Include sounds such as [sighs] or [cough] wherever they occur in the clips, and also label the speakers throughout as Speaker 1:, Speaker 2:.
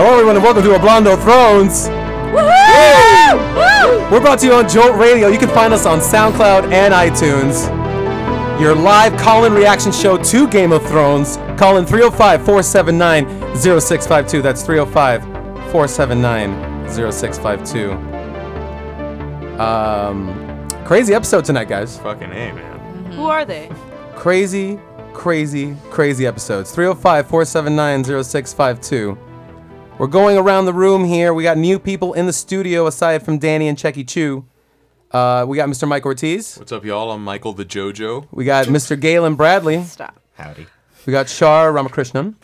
Speaker 1: Hello, everyone, and welcome to Oblando Thrones.
Speaker 2: Woohoo! Woo!
Speaker 1: We're brought to you on Jolt Radio. You can find us on SoundCloud and iTunes. Your live call-in reaction show to Game of Thrones. Call in 305-479-0652. That's 305-479-0652. Um, crazy episode tonight, guys.
Speaker 3: Fucking A, man.
Speaker 2: Who are they?
Speaker 1: Crazy, crazy, crazy episodes. 305-479-0652. We're going around the room here. We got new people in the studio aside from Danny and Checky Chu. Uh, we got Mr. Mike Ortiz.
Speaker 3: What's up, y'all? I'm Michael the JoJo.
Speaker 1: We got Mr. Galen Bradley.
Speaker 2: Stop.
Speaker 4: Howdy.
Speaker 1: We got Shar Ramakrishnan.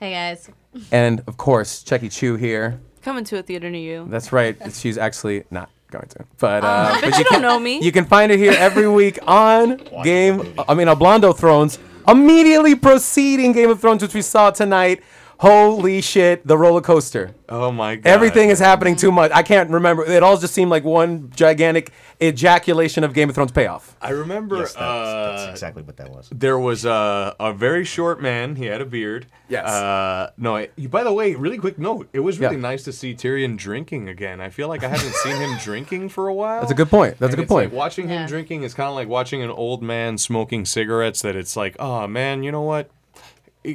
Speaker 5: Hey guys.
Speaker 1: And of course, Checky Chu here.
Speaker 2: Coming to a theater near you.
Speaker 1: That's right. She's actually not going to. But, uh,
Speaker 2: Oh, but you don't know me.
Speaker 1: [laughs] you can find her here every week
Speaker 3: [laughs]
Speaker 1: on Game, I mean, Oblando Thrones, immediately preceding Game of Thrones, which we saw tonight. Holy shit, the roller coaster.
Speaker 3: Oh my god.
Speaker 1: Everything is happening too much. I can't remember. It all just seemed like one gigantic ejaculation of Game of Thrones payoff.
Speaker 3: I remember
Speaker 4: Yes, that
Speaker 3: uh,
Speaker 4: was, that's exactly what that was.
Speaker 3: there was a, a very short man. He had a beard.
Speaker 1: Yes.
Speaker 3: Uh, no. I, you- by the way, really quick note. It was really
Speaker 1: Yeah.
Speaker 3: nice to see Tyrion drinking again. I feel like I haven't seen
Speaker 4: [laughs]
Speaker 3: him drinking for a while.
Speaker 1: That's a good point. That's a good
Speaker 3: And it's like
Speaker 1: point.
Speaker 3: watching
Speaker 5: Yeah.
Speaker 3: him drinking is kind of like watching an old man smoking cigarettes. That it's like, oh man, you know what?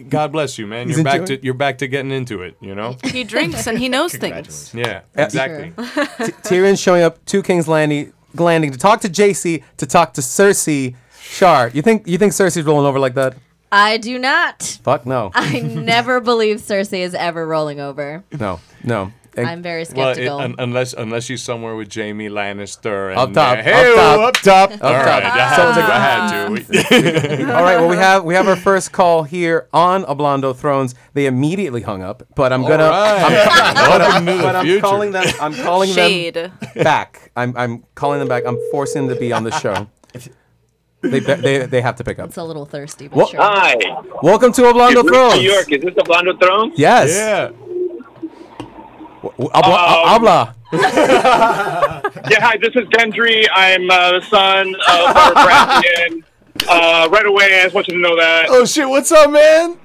Speaker 3: God bless you, man.
Speaker 1: He's
Speaker 3: You're back
Speaker 1: enjoying-
Speaker 3: to you're back to getting into it. You know?
Speaker 2: He drinks and he knows things.
Speaker 3: Yeah. Exactly. [laughs]
Speaker 1: Tyrion showing up to King's Landing, Landing to talk to JC, to talk to Cersei. Char, you think you think Cersei's rolling over like that?
Speaker 5: I do not.
Speaker 1: Fuck [laughs] no,
Speaker 5: I never believe Cersei is ever rolling over.
Speaker 1: no, no. And
Speaker 5: I'm very
Speaker 3: Well, it,
Speaker 5: skeptical.
Speaker 3: un- unless unless she's somewhere with Jamie Lannister and
Speaker 1: Up top,
Speaker 3: uh,
Speaker 1: up
Speaker 3: hey,
Speaker 1: top,
Speaker 3: up top, up
Speaker 1: top.
Speaker 3: I, had to, I
Speaker 2: [laughs]
Speaker 3: had to. We-
Speaker 1: All right, well we have we have our first call here on Oblando Thrones. They immediately hung up, but I'm gonna
Speaker 3: Alright. Welcome to the
Speaker 1: but I'm
Speaker 3: future.
Speaker 1: calling them I'm calling
Speaker 2: Shade.
Speaker 1: them back. I'm I'm calling them back. I'm forcing them to be on the show. They be- they they have to pick up.
Speaker 5: it's a little thirsty, but
Speaker 1: What-
Speaker 5: sure.
Speaker 6: Hi.
Speaker 1: Welcome to Oblando
Speaker 6: We're
Speaker 1: Thrones.
Speaker 6: in New York. Is this the Blondo Throne?
Speaker 1: Yes.
Speaker 3: Yeah.
Speaker 1: W- Habla.
Speaker 6: Um,
Speaker 1: habla.
Speaker 6: Yeah, hi. This is Gendry. I'm uh, the son [laughs] of Robert Baratheon. Uh, right away, I just want you to know that.
Speaker 3: Oh shit! What's up, man?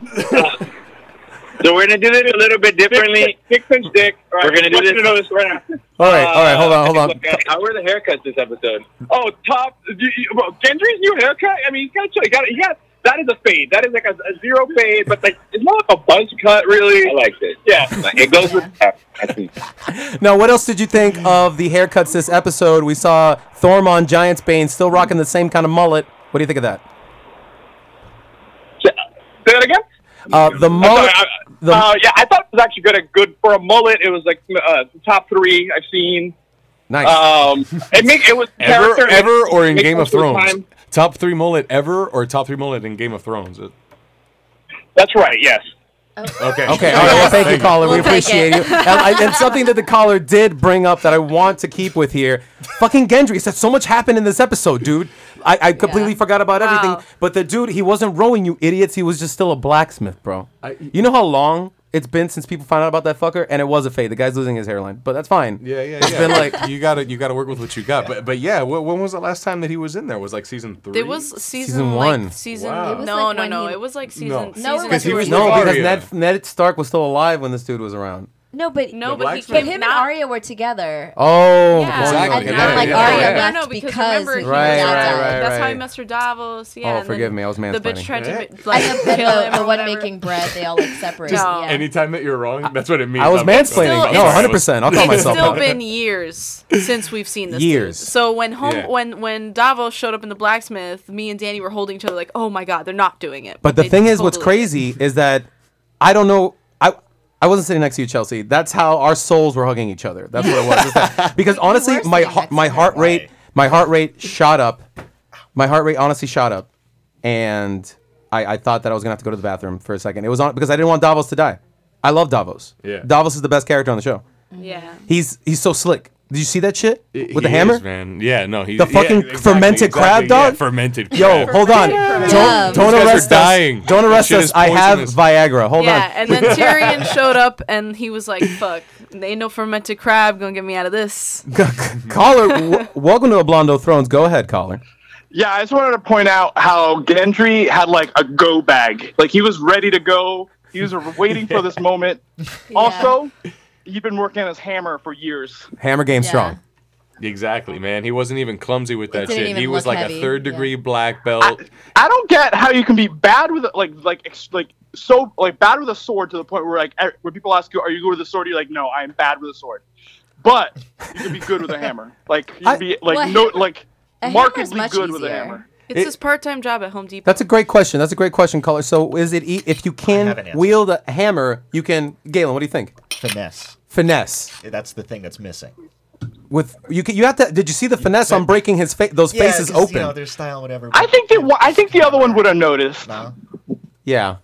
Speaker 6: So we're going to do it a little bit differently. Six inch dick. All right,
Speaker 7: We're gonna do
Speaker 6: I want you
Speaker 7: this-
Speaker 6: to know this right now.
Speaker 1: All right, all right, hold on, hold on.
Speaker 6: [laughs] Okay.
Speaker 7: How were the haircuts this episode?
Speaker 6: Oh, top. You, you, well, Gendry's new haircut. I mean, he's got, he got, he got, that is a fade. That is like a, a zero fade, but like it's more like a buzz cut, really.
Speaker 7: I liked it.
Speaker 6: [laughs] Yeah.
Speaker 7: It goes with that. I think.
Speaker 1: Now, what else did you think of the haircuts this episode? We saw Thormon Giantsbane still rocking the same kind of mullet. What do you think of that?
Speaker 6: Say that again.
Speaker 1: Uh, the
Speaker 3: Oh,
Speaker 6: I'm
Speaker 1: mullet.
Speaker 6: sorry, I-
Speaker 1: the-
Speaker 6: uh, yeah, I thought it was actually good. uh, Good for a mullet. It was like uh, top three I've seen.
Speaker 1: nice.
Speaker 6: Um, it make it was
Speaker 3: Ever,
Speaker 6: character
Speaker 3: ever, or in
Speaker 6: Make
Speaker 3: Game of
Speaker 6: most of the
Speaker 3: Thrones?
Speaker 6: time.
Speaker 3: Top three mullet ever, or top three mullet in Game of Thrones? It-
Speaker 6: That's right. Yes.
Speaker 3: Okay.
Speaker 1: okay, all right, well, thank you, caller. we
Speaker 5: We'll take
Speaker 1: appreciate
Speaker 5: it.
Speaker 1: you. And, I- and something that the caller did bring up that I want to keep with here. Fucking Gendry said so much happened in this episode, dude. I, I completely forgot about
Speaker 2: Wow.
Speaker 1: everything. But the dude, he wasn't rowing, you idiots. He was just still a blacksmith, bro.
Speaker 3: I-
Speaker 1: you know how long it's been since people found out about that fucker? And it was a fade. The guy's losing his hairline, but that's fine.
Speaker 3: Yeah, yeah, yeah.
Speaker 1: It's been like
Speaker 3: you gotta, you gotta work with what you got. But, but yeah, wh- when was the last time that he was in there? Was like season three.
Speaker 2: There was season,
Speaker 1: Season
Speaker 2: like,
Speaker 1: one.
Speaker 2: Season
Speaker 3: Wow. It was
Speaker 2: no
Speaker 5: like
Speaker 2: no
Speaker 5: when
Speaker 2: no.
Speaker 5: he-
Speaker 2: It was like season
Speaker 3: No.
Speaker 2: season
Speaker 5: No, it wasn't
Speaker 3: [laughs] he was
Speaker 1: No,
Speaker 3: Arya.
Speaker 1: because Ned, Ned Stark was still alive when this dude was around.
Speaker 5: no, but
Speaker 3: The
Speaker 2: No, but, he,
Speaker 3: blacksmith.
Speaker 5: but him and
Speaker 2: not-
Speaker 5: Arya were together.
Speaker 1: Oh,
Speaker 2: Yeah.
Speaker 3: Exactly.
Speaker 5: And not
Speaker 3: Yeah,
Speaker 5: like
Speaker 3: yeah,
Speaker 5: Arya
Speaker 3: yeah.
Speaker 5: left
Speaker 2: No, no, because,
Speaker 5: because,
Speaker 2: remember
Speaker 5: he
Speaker 2: he
Speaker 1: Right,
Speaker 2: was
Speaker 5: was
Speaker 1: right,
Speaker 5: out.
Speaker 1: right,
Speaker 2: That's how he
Speaker 1: right.
Speaker 2: messed her Davos. Yeah.
Speaker 1: Oh,
Speaker 2: and then
Speaker 1: forgive me, I was
Speaker 2: The bitch
Speaker 1: mansplaining.
Speaker 2: tried to
Speaker 3: Yeah.
Speaker 2: bi- like
Speaker 5: And the,
Speaker 2: kill him. or
Speaker 5: the, the one
Speaker 2: whatever.
Speaker 5: making bread, they all like separate.
Speaker 2: Just
Speaker 5: yeah.
Speaker 3: Anytime that you're wrong, that's what it means.
Speaker 1: I was
Speaker 3: I'm like, oh,
Speaker 1: mansplaining.
Speaker 2: uh, Still,
Speaker 1: no,
Speaker 2: it's-
Speaker 1: 100. percent
Speaker 3: [laughs]
Speaker 1: I'll call
Speaker 2: it's
Speaker 1: myself
Speaker 2: still
Speaker 1: out.
Speaker 2: been years since we've seen this. dude.
Speaker 1: Years.
Speaker 2: So when home
Speaker 3: Yeah.
Speaker 2: when when Davos showed up in the blacksmith, me and Danny were holding each other like, oh my god, they're not doing it.
Speaker 1: But the
Speaker 2: they
Speaker 1: thing is, what's
Speaker 2: totally did.
Speaker 1: crazy is that I don't know. I I wasn't sitting next to you, Chelsea. That's how our souls were hugging each other. That's what it was. It's
Speaker 3: [laughs]
Speaker 1: that- because honestly,
Speaker 5: were
Speaker 1: my
Speaker 5: sitting
Speaker 1: hea-
Speaker 5: next to
Speaker 1: my
Speaker 5: her.
Speaker 1: heart rate
Speaker 4: Why?
Speaker 1: my heart rate shot up. My heart rate honestly shot up, and I, I thought that I was gonna have to go to the bathroom for a second. It was on because I didn't want Davos to die. I love Davos.
Speaker 3: Yeah.
Speaker 1: Davos is the best character on the show.
Speaker 2: Yeah.
Speaker 1: He's he's so slick. Did you see that shit
Speaker 3: He
Speaker 1: with the
Speaker 3: is,
Speaker 1: hammer?
Speaker 3: man. Yeah, no, he,
Speaker 1: The
Speaker 3: yeah,
Speaker 1: fucking
Speaker 3: exactly,
Speaker 1: fermented crab
Speaker 3: exactly, yeah,
Speaker 1: dog?
Speaker 3: fermented.
Speaker 1: Yo,
Speaker 3: crab.
Speaker 1: hold on.
Speaker 2: Crab.
Speaker 1: Don't, don't
Speaker 3: These guys are
Speaker 1: arrest us.
Speaker 3: dying.
Speaker 1: Don't
Speaker 3: This
Speaker 1: arrest
Speaker 3: shit
Speaker 1: us.
Speaker 3: is
Speaker 1: I have
Speaker 3: poisonous.
Speaker 1: Viagra. Hold
Speaker 2: yeah,
Speaker 1: on.
Speaker 2: and then Tyrion showed up and he was like, "Fuck, ain't no fermented crab gonna get me out of this."
Speaker 1: caller, w- welcome to Oblando Thrones. Go ahead, caller.
Speaker 6: Yeah, I just wanted to point out how Gendry had like a go bag. Like he was ready to go. He was waiting
Speaker 3: [laughs]
Speaker 6: for this moment. Also, he'd been working on his hammer for years.
Speaker 1: Hammer game strong.
Speaker 3: Exactly, man. He wasn't even clumsy with that
Speaker 5: didn't
Speaker 3: shit.
Speaker 5: even
Speaker 3: He was
Speaker 5: look
Speaker 3: like
Speaker 5: heavy,
Speaker 3: a third
Speaker 5: yeah.
Speaker 3: degree black belt.
Speaker 6: I don't get how you can be bad with like like ex- like so like bad with a sword to the point where like e- when people ask you, "Are you good with a sword?" You're like, "No, I am bad with a sword." But you can be good with a hammer. Like you
Speaker 1: I-
Speaker 6: can be like
Speaker 5: Well, a
Speaker 6: no
Speaker 5: hammer-
Speaker 6: like
Speaker 5: a hammer's
Speaker 6: markedly
Speaker 5: much
Speaker 6: good with a
Speaker 5: easier.
Speaker 6: hammer.
Speaker 2: It's
Speaker 1: It-
Speaker 2: his part-time job at Home Depot.
Speaker 1: That's a great question. That's a great question, caller. So is it e- if you
Speaker 4: have
Speaker 1: can
Speaker 4: an answer.
Speaker 1: wield a hammer, you can Galen, what do you think?
Speaker 4: Finesse.
Speaker 1: Finesse.
Speaker 4: That's the thing that's missing.
Speaker 1: With you can, you have to did you see the finesse on breaking his face those
Speaker 4: Yeah,
Speaker 1: faces
Speaker 4: 'cause,
Speaker 1: open?
Speaker 4: You know, their style, whatever.
Speaker 6: I think that wa- I think the other one would have noticed.
Speaker 4: No?
Speaker 1: yeah.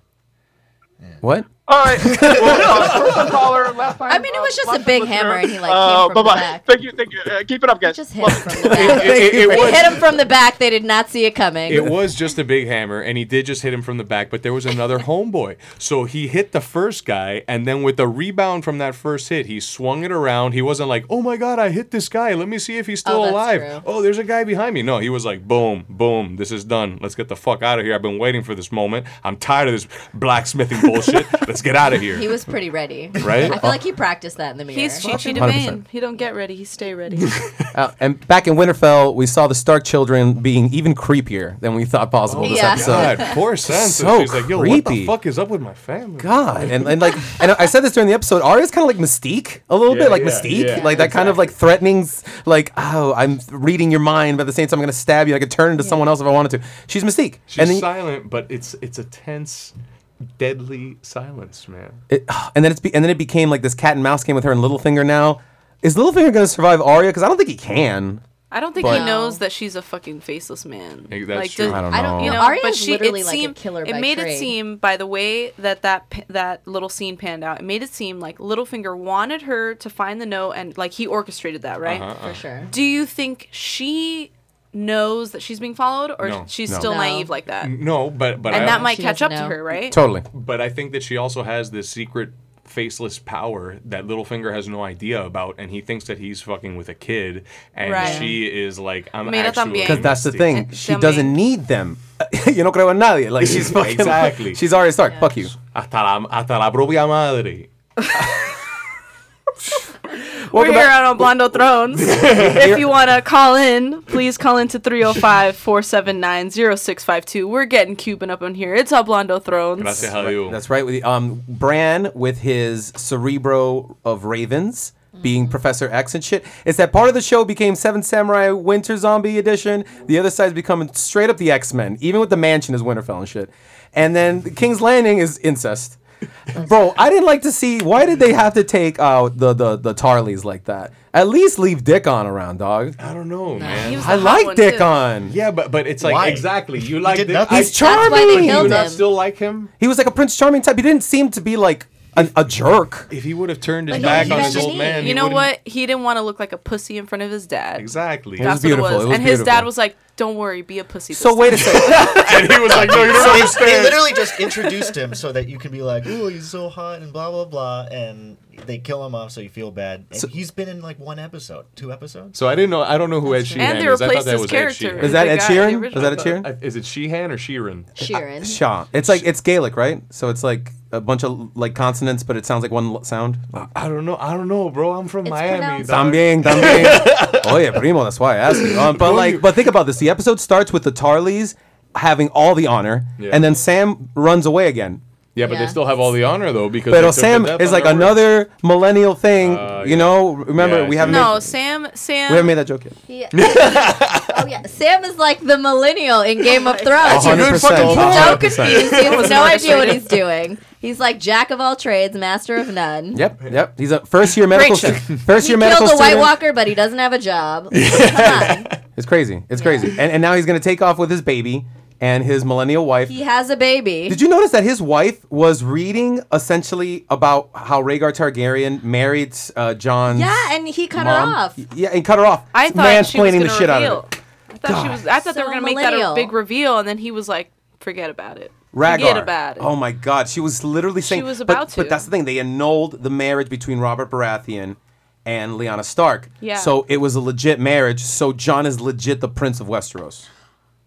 Speaker 1: What?
Speaker 6: All right, well, uh, first caller, last time.
Speaker 5: I mean, it was just a big hammer, and he like came
Speaker 6: Uh,
Speaker 5: from
Speaker 6: bye
Speaker 5: the
Speaker 6: bye.
Speaker 5: back.
Speaker 6: Thank you, thank you. Uh, keep it up, guys.
Speaker 5: Just hit him from the back.
Speaker 3: It, it- it
Speaker 5: they
Speaker 3: was,
Speaker 5: hit him from the back. They did not see it coming.
Speaker 3: it was just a big hammer, and he did just hit him from the back, but there was another homeboy. So he hit the first guy, and then with the rebound from that first hit, he swung it around. He wasn't like, oh my God, I hit this guy. Let me see if he's still
Speaker 5: Oh, that's
Speaker 3: alive.
Speaker 5: true.
Speaker 3: Oh, there's a guy behind me. No, he was like, boom, boom, this is done. Let's get the fuck out of here. I've been waiting for this moment. I'm tired of this blacksmithing
Speaker 5: [laughs]
Speaker 3: bullshit. Let's get out of here.
Speaker 5: He was pretty ready.
Speaker 3: Right?
Speaker 5: I feel like he practiced that in the mirror.
Speaker 2: He's Chichi
Speaker 1: 100%.
Speaker 2: Devane. He don't get ready. He stay
Speaker 5: [laughs]
Speaker 2: ready.
Speaker 1: Uh, and back in Winterfell, we saw the Stark children being even creepier than we thought possible this
Speaker 5: Yeah.
Speaker 1: episode.
Speaker 3: God, poor Sansa.
Speaker 1: So
Speaker 3: She's like, yo, what
Speaker 1: creepy.
Speaker 3: the fuck is up with my family?
Speaker 1: God, and, and like, and I said this during the episode. Arya's kind of like Mystique a little
Speaker 3: Yeah,
Speaker 1: bit, like
Speaker 3: yeah,
Speaker 1: Mystique,
Speaker 3: yeah,
Speaker 1: like that kind of like threatening, s- like oh, I'm reading your mind, but at the same time, I'm gonna stab you. I could turn into someone else if I wanted to. She's Mystique,
Speaker 3: She's
Speaker 1: and then
Speaker 3: silent, but it's it's a tense, deadly silence, man.
Speaker 1: it, [sighs] and then it's be, and then it became like this cat and mouse game with her and Littlefinger. Now, is Littlefinger gonna survive Arya? Because I don't think he can.
Speaker 2: I don't think
Speaker 5: But-
Speaker 2: he knows that she's a fucking faceless man.
Speaker 3: Hey, that's
Speaker 2: like,
Speaker 3: true.
Speaker 2: does-
Speaker 1: I don't know.
Speaker 5: I don't
Speaker 2: You know,
Speaker 5: Arya
Speaker 2: but
Speaker 5: is
Speaker 2: she
Speaker 5: literally
Speaker 2: it
Speaker 5: like
Speaker 2: seemed
Speaker 5: a killer.
Speaker 2: it
Speaker 5: by
Speaker 2: made
Speaker 5: trade.
Speaker 2: it seem by the way that that p- that little scene panned out. It made it seem like Littlefinger wanted her to find the note and like he orchestrated that, right?
Speaker 5: for sure.
Speaker 2: Do you think she knows that she's being followed, or
Speaker 3: No.
Speaker 2: she's
Speaker 1: No.
Speaker 2: still
Speaker 5: No. Mm.
Speaker 2: naive like that?
Speaker 3: No, but but I,
Speaker 2: And that might
Speaker 5: She
Speaker 2: catch
Speaker 5: doesn't
Speaker 2: up to
Speaker 5: know.
Speaker 2: her, right?
Speaker 1: Totally.
Speaker 3: but I think that she also has this secret faceless power that Littlefinger has no idea about, and he thinks that he's fucking with a kid, and
Speaker 2: Right.
Speaker 3: she is like, I'm
Speaker 2: Mira
Speaker 3: actually.
Speaker 2: también.
Speaker 1: Because that's the
Speaker 3: Mystique.
Speaker 1: thing.
Speaker 2: Eh,
Speaker 1: She
Speaker 2: también.
Speaker 1: doesn't need them. [laughs] you don't creo en nadie. Like she's fucking [laughs]
Speaker 3: Exactly.
Speaker 1: She's Arya Stark. Fuck you.
Speaker 3: Hasta la, hasta la propia madre.
Speaker 2: We're
Speaker 1: Welcome
Speaker 2: here
Speaker 1: back-
Speaker 2: out on Blondo
Speaker 1: [laughs]
Speaker 2: Thrones. if you want to call in, please call into 305 479 0652. We're getting Cuban up in here. It's on Blondo Thrones.
Speaker 3: Gracias a Dios.
Speaker 1: That's right. With um, Bran with his cerebro of ravens being Professor X and shit. It's that part of the show became Seven Samurai Winter Zombie Edition. The other side's becoming straight up the X Men. Even with the mansion is Winterfell and shit. And then the King's Landing is incest. Bro, I didn't like to see. Why did they have to take out the the the Tarleys like that? At least leave Dick on around, dog.
Speaker 3: I don't know,
Speaker 2: He
Speaker 3: man.
Speaker 2: was the
Speaker 1: I
Speaker 2: hot
Speaker 1: like
Speaker 2: one,
Speaker 1: Dick
Speaker 2: too.
Speaker 1: on.
Speaker 3: Yeah, but but it's like
Speaker 4: Why?
Speaker 3: exactly you like
Speaker 4: did
Speaker 3: the-
Speaker 4: nothing.
Speaker 3: I-
Speaker 1: He's
Speaker 5: That's why they
Speaker 1: charming.
Speaker 5: killed
Speaker 3: Do you not
Speaker 5: him.
Speaker 3: still like him?
Speaker 1: He was like a Prince Charming type. He didn't seem to be like an, a jerk.
Speaker 3: If he would have turned his
Speaker 5: But
Speaker 3: back
Speaker 5: he
Speaker 3: on
Speaker 5: was
Speaker 3: his
Speaker 5: just-
Speaker 3: old man, he
Speaker 2: You know
Speaker 3: wouldn't-
Speaker 2: what? He didn't want to look like a pussy in front of his dad.
Speaker 3: Exactly.
Speaker 1: That's-
Speaker 2: That's what it
Speaker 1: beautiful.
Speaker 2: was.
Speaker 1: It was
Speaker 2: and his dad
Speaker 1: beautiful.
Speaker 2: was like, don't worry, be a pussy.
Speaker 1: So
Speaker 2: this
Speaker 1: wait
Speaker 2: time."
Speaker 1: a second.
Speaker 3: [laughs] and he was like, "No, you
Speaker 2: [laughs]
Speaker 3: don't
Speaker 4: They
Speaker 3: understand."
Speaker 4: literally just introduced him so that you can be like, "Ooh, he's so hot," and blah blah blah, and they kill him off so you feel bad. And he's been in like one episode, two episodes.
Speaker 3: So I didn't know. I don't know who Ed Sheehan
Speaker 2: And they
Speaker 3: is. I thought
Speaker 2: replaced
Speaker 3: that
Speaker 2: his
Speaker 3: was
Speaker 2: character.
Speaker 3: Ed Sheehan.
Speaker 1: Is that
Speaker 2: The
Speaker 1: Ed
Speaker 2: guy, the
Speaker 1: Sheeran? Is
Speaker 2: original.
Speaker 1: that Ed Sheeran?
Speaker 3: Uh, Is it Sheehan or Sheeran?
Speaker 5: Sheeran.
Speaker 1: Shaw. It's like it's Gaelic, right? So it's like a bunch of like consonants, but it sounds like one l- sound.
Speaker 3: I don't know. I don't know, bro. I'm from
Speaker 5: It's
Speaker 3: Miami.
Speaker 5: pronounced-
Speaker 3: dog.
Speaker 1: También,
Speaker 3: [laughs]
Speaker 1: también. Oye, primo. That's why I asked you. Um, but like, but think about this. The episode starts with the Tarleys having all the honor,
Speaker 3: Yeah.
Speaker 1: and then Sam runs away again.
Speaker 3: Yeah, but they
Speaker 5: Yeah.
Speaker 3: still have all the honor though because. they
Speaker 1: But
Speaker 3: took the
Speaker 1: Sam
Speaker 3: death
Speaker 1: is
Speaker 3: on
Speaker 1: like
Speaker 3: their word.
Speaker 1: another millennial thing.
Speaker 3: Uh,
Speaker 1: you
Speaker 3: yeah.
Speaker 1: know, remember
Speaker 3: Yeah,
Speaker 1: we
Speaker 3: I
Speaker 1: haven't
Speaker 3: see.
Speaker 1: made,
Speaker 2: No, Sam, Sam.
Speaker 1: we haven't made that joke yet.
Speaker 5: Yeah. [laughs] oh yeah, Sam is like the
Speaker 1: [laughs]
Speaker 5: millennial in Game of Thrones.
Speaker 1: hundred
Speaker 5: He's
Speaker 1: percent.
Speaker 5: so
Speaker 1: 100%. [laughs]
Speaker 5: confused. He has no
Speaker 2: not
Speaker 5: idea what
Speaker 2: excited.
Speaker 5: he's doing. He's like jack of all trades, master of none.
Speaker 1: Yep, yep. He's a first year medical
Speaker 2: Great
Speaker 1: student. First
Speaker 5: He
Speaker 1: year
Speaker 5: killed
Speaker 1: medical
Speaker 5: the White
Speaker 1: student.
Speaker 5: Walker, but he doesn't have
Speaker 1: [laughs]
Speaker 5: a job. Come on.
Speaker 1: It's crazy. It's crazy. And and now he's gonna take off with his baby and his millennial wife.
Speaker 5: He has a baby.
Speaker 1: Did you notice that his wife was reading essentially about how Rhaegar Targaryen married uh, John's
Speaker 5: yeah, and he cut
Speaker 1: mom?
Speaker 5: her off.
Speaker 1: Yeah, and cut her off.
Speaker 2: I thought she
Speaker 1: mansplaining
Speaker 2: was gonna
Speaker 1: the shit out
Speaker 2: reveal.
Speaker 1: of it.
Speaker 2: I thought she was. I thought they
Speaker 5: So
Speaker 2: were gonna make that
Speaker 5: millennial.
Speaker 2: a big reveal, and then he was like, "Forget about it. Forget
Speaker 1: Rhaegar.
Speaker 2: about it."
Speaker 1: Oh my God, she was literally saying.
Speaker 2: was
Speaker 1: but-
Speaker 2: about
Speaker 1: But
Speaker 2: to.
Speaker 1: that's the thing. They annulled the marriage between Robert Baratheon and Lyanna Stark.
Speaker 2: Yeah.
Speaker 1: So it was a legit marriage. So John is legit the Prince of Westeros.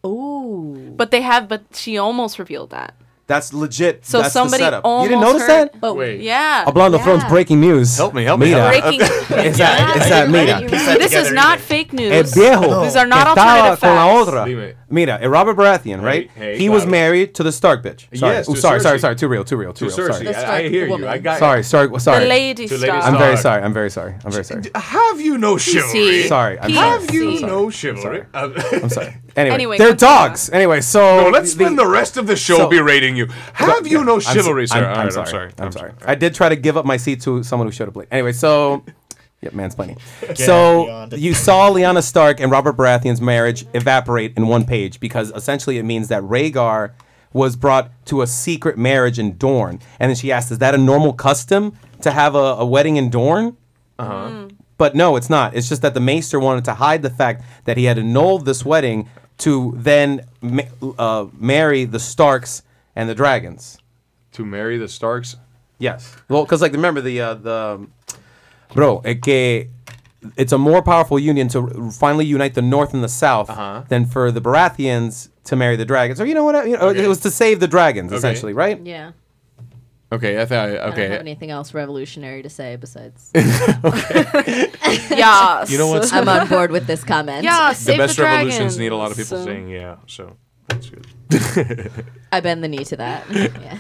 Speaker 5: Ooh.
Speaker 2: But they have. But she almost revealed that.
Speaker 1: That's legit.
Speaker 2: So
Speaker 1: That's the
Speaker 2: somebody
Speaker 1: setup. You
Speaker 2: almost
Speaker 1: didn't notice
Speaker 2: hurt-
Speaker 1: that?
Speaker 5: But
Speaker 3: Wait.
Speaker 2: Yeah.
Speaker 1: Ablando Throne's
Speaker 5: Yeah.
Speaker 1: breaking news.
Speaker 3: Help me, help me,
Speaker 1: Mira. [laughs]
Speaker 3: help
Speaker 2: Breaking.
Speaker 1: It's that, it's
Speaker 4: I
Speaker 1: that,
Speaker 4: didn't- I didn't
Speaker 1: mira.
Speaker 4: piece that
Speaker 2: this is
Speaker 4: together
Speaker 2: not
Speaker 4: either.
Speaker 2: fake
Speaker 1: El
Speaker 2: news.
Speaker 1: viejo
Speaker 2: These are
Speaker 1: que estaba
Speaker 2: not alternative
Speaker 1: con la
Speaker 2: facts.
Speaker 1: otra.
Speaker 3: Dime.
Speaker 1: Mira, eh, Robert Baratheon, right?
Speaker 3: Hey, hey,
Speaker 1: he was
Speaker 3: claro.
Speaker 1: married to the Stark bitch. Sorry,
Speaker 3: Yes,
Speaker 1: Oh,
Speaker 3: to
Speaker 1: sorry, sorry,
Speaker 3: Cersei.
Speaker 1: sorry. Too real, too real,
Speaker 3: To
Speaker 1: too real. Sorry,
Speaker 3: Cersei,
Speaker 5: The
Speaker 3: I, I
Speaker 5: strike
Speaker 3: hear you.
Speaker 5: woman.
Speaker 3: I got
Speaker 1: sorry, sorry.
Speaker 2: The
Speaker 1: sorry.
Speaker 2: lady
Speaker 3: To Lady
Speaker 2: star.
Speaker 3: Stark.
Speaker 1: I'm very sorry. I'm very sorry. I'm very sorry.
Speaker 3: Have you no chivalry?
Speaker 2: PC.
Speaker 1: Sorry, I'm
Speaker 3: Have
Speaker 2: PC.
Speaker 1: sorry.
Speaker 3: you
Speaker 1: I'm sorry.
Speaker 3: no chivalry?
Speaker 1: I'm
Speaker 3: [laughs]
Speaker 1: sorry. Anyway,
Speaker 2: Anyway,
Speaker 1: they're
Speaker 2: continue.
Speaker 1: dogs. Anyway, so
Speaker 3: So let's spend the rest of the show
Speaker 1: so-
Speaker 3: berating you. Have you no
Speaker 1: I'm so-
Speaker 3: chivalry, sir?
Speaker 1: I'm,
Speaker 3: All
Speaker 1: I'm
Speaker 3: right,
Speaker 1: sorry.
Speaker 3: I'm sorry.
Speaker 1: I'm sorry. I did try to give up my seat to someone who showed up late. Anyway, so. Yep,
Speaker 4: [laughs]
Speaker 1: mansplaining. so
Speaker 4: beyond it.
Speaker 1: you saw Lyanna Stark and Robert Baratheon's marriage evaporate in one page because essentially it means that Rhaegar was brought to a secret marriage in Dorne, and then she asked, "Is that a normal custom to have a, a wedding in Dorne?"
Speaker 4: Mm.
Speaker 1: But no, it's not. It's just that the maester wanted to hide the fact that he had annulled this wedding to then ma- uh, marry the Starks and the dragons.
Speaker 3: To marry the Starks?
Speaker 1: Yes. Well, because like remember the uh, the bro, it que it's a more powerful union to finally unite the North and the South than for the Baratheons to marry the dragons. Or you know what? I- You know,
Speaker 3: Okay.
Speaker 1: It was to save the dragons essentially, right?
Speaker 5: Yeah.
Speaker 3: Okay, I thought.
Speaker 5: I don't have
Speaker 3: Okay.
Speaker 5: anything else revolutionary to say besides
Speaker 2: Yes.
Speaker 3: You know what's-
Speaker 5: I'm on board with this
Speaker 2: [laughs]
Speaker 5: comment.
Speaker 2: Yeah,
Speaker 3: The
Speaker 2: save the,
Speaker 3: best revolutions need a lot of
Speaker 2: dragons.
Speaker 3: people
Speaker 2: So-
Speaker 3: saying yeah, so that's good.
Speaker 5: I bend the knee to that. Yeah.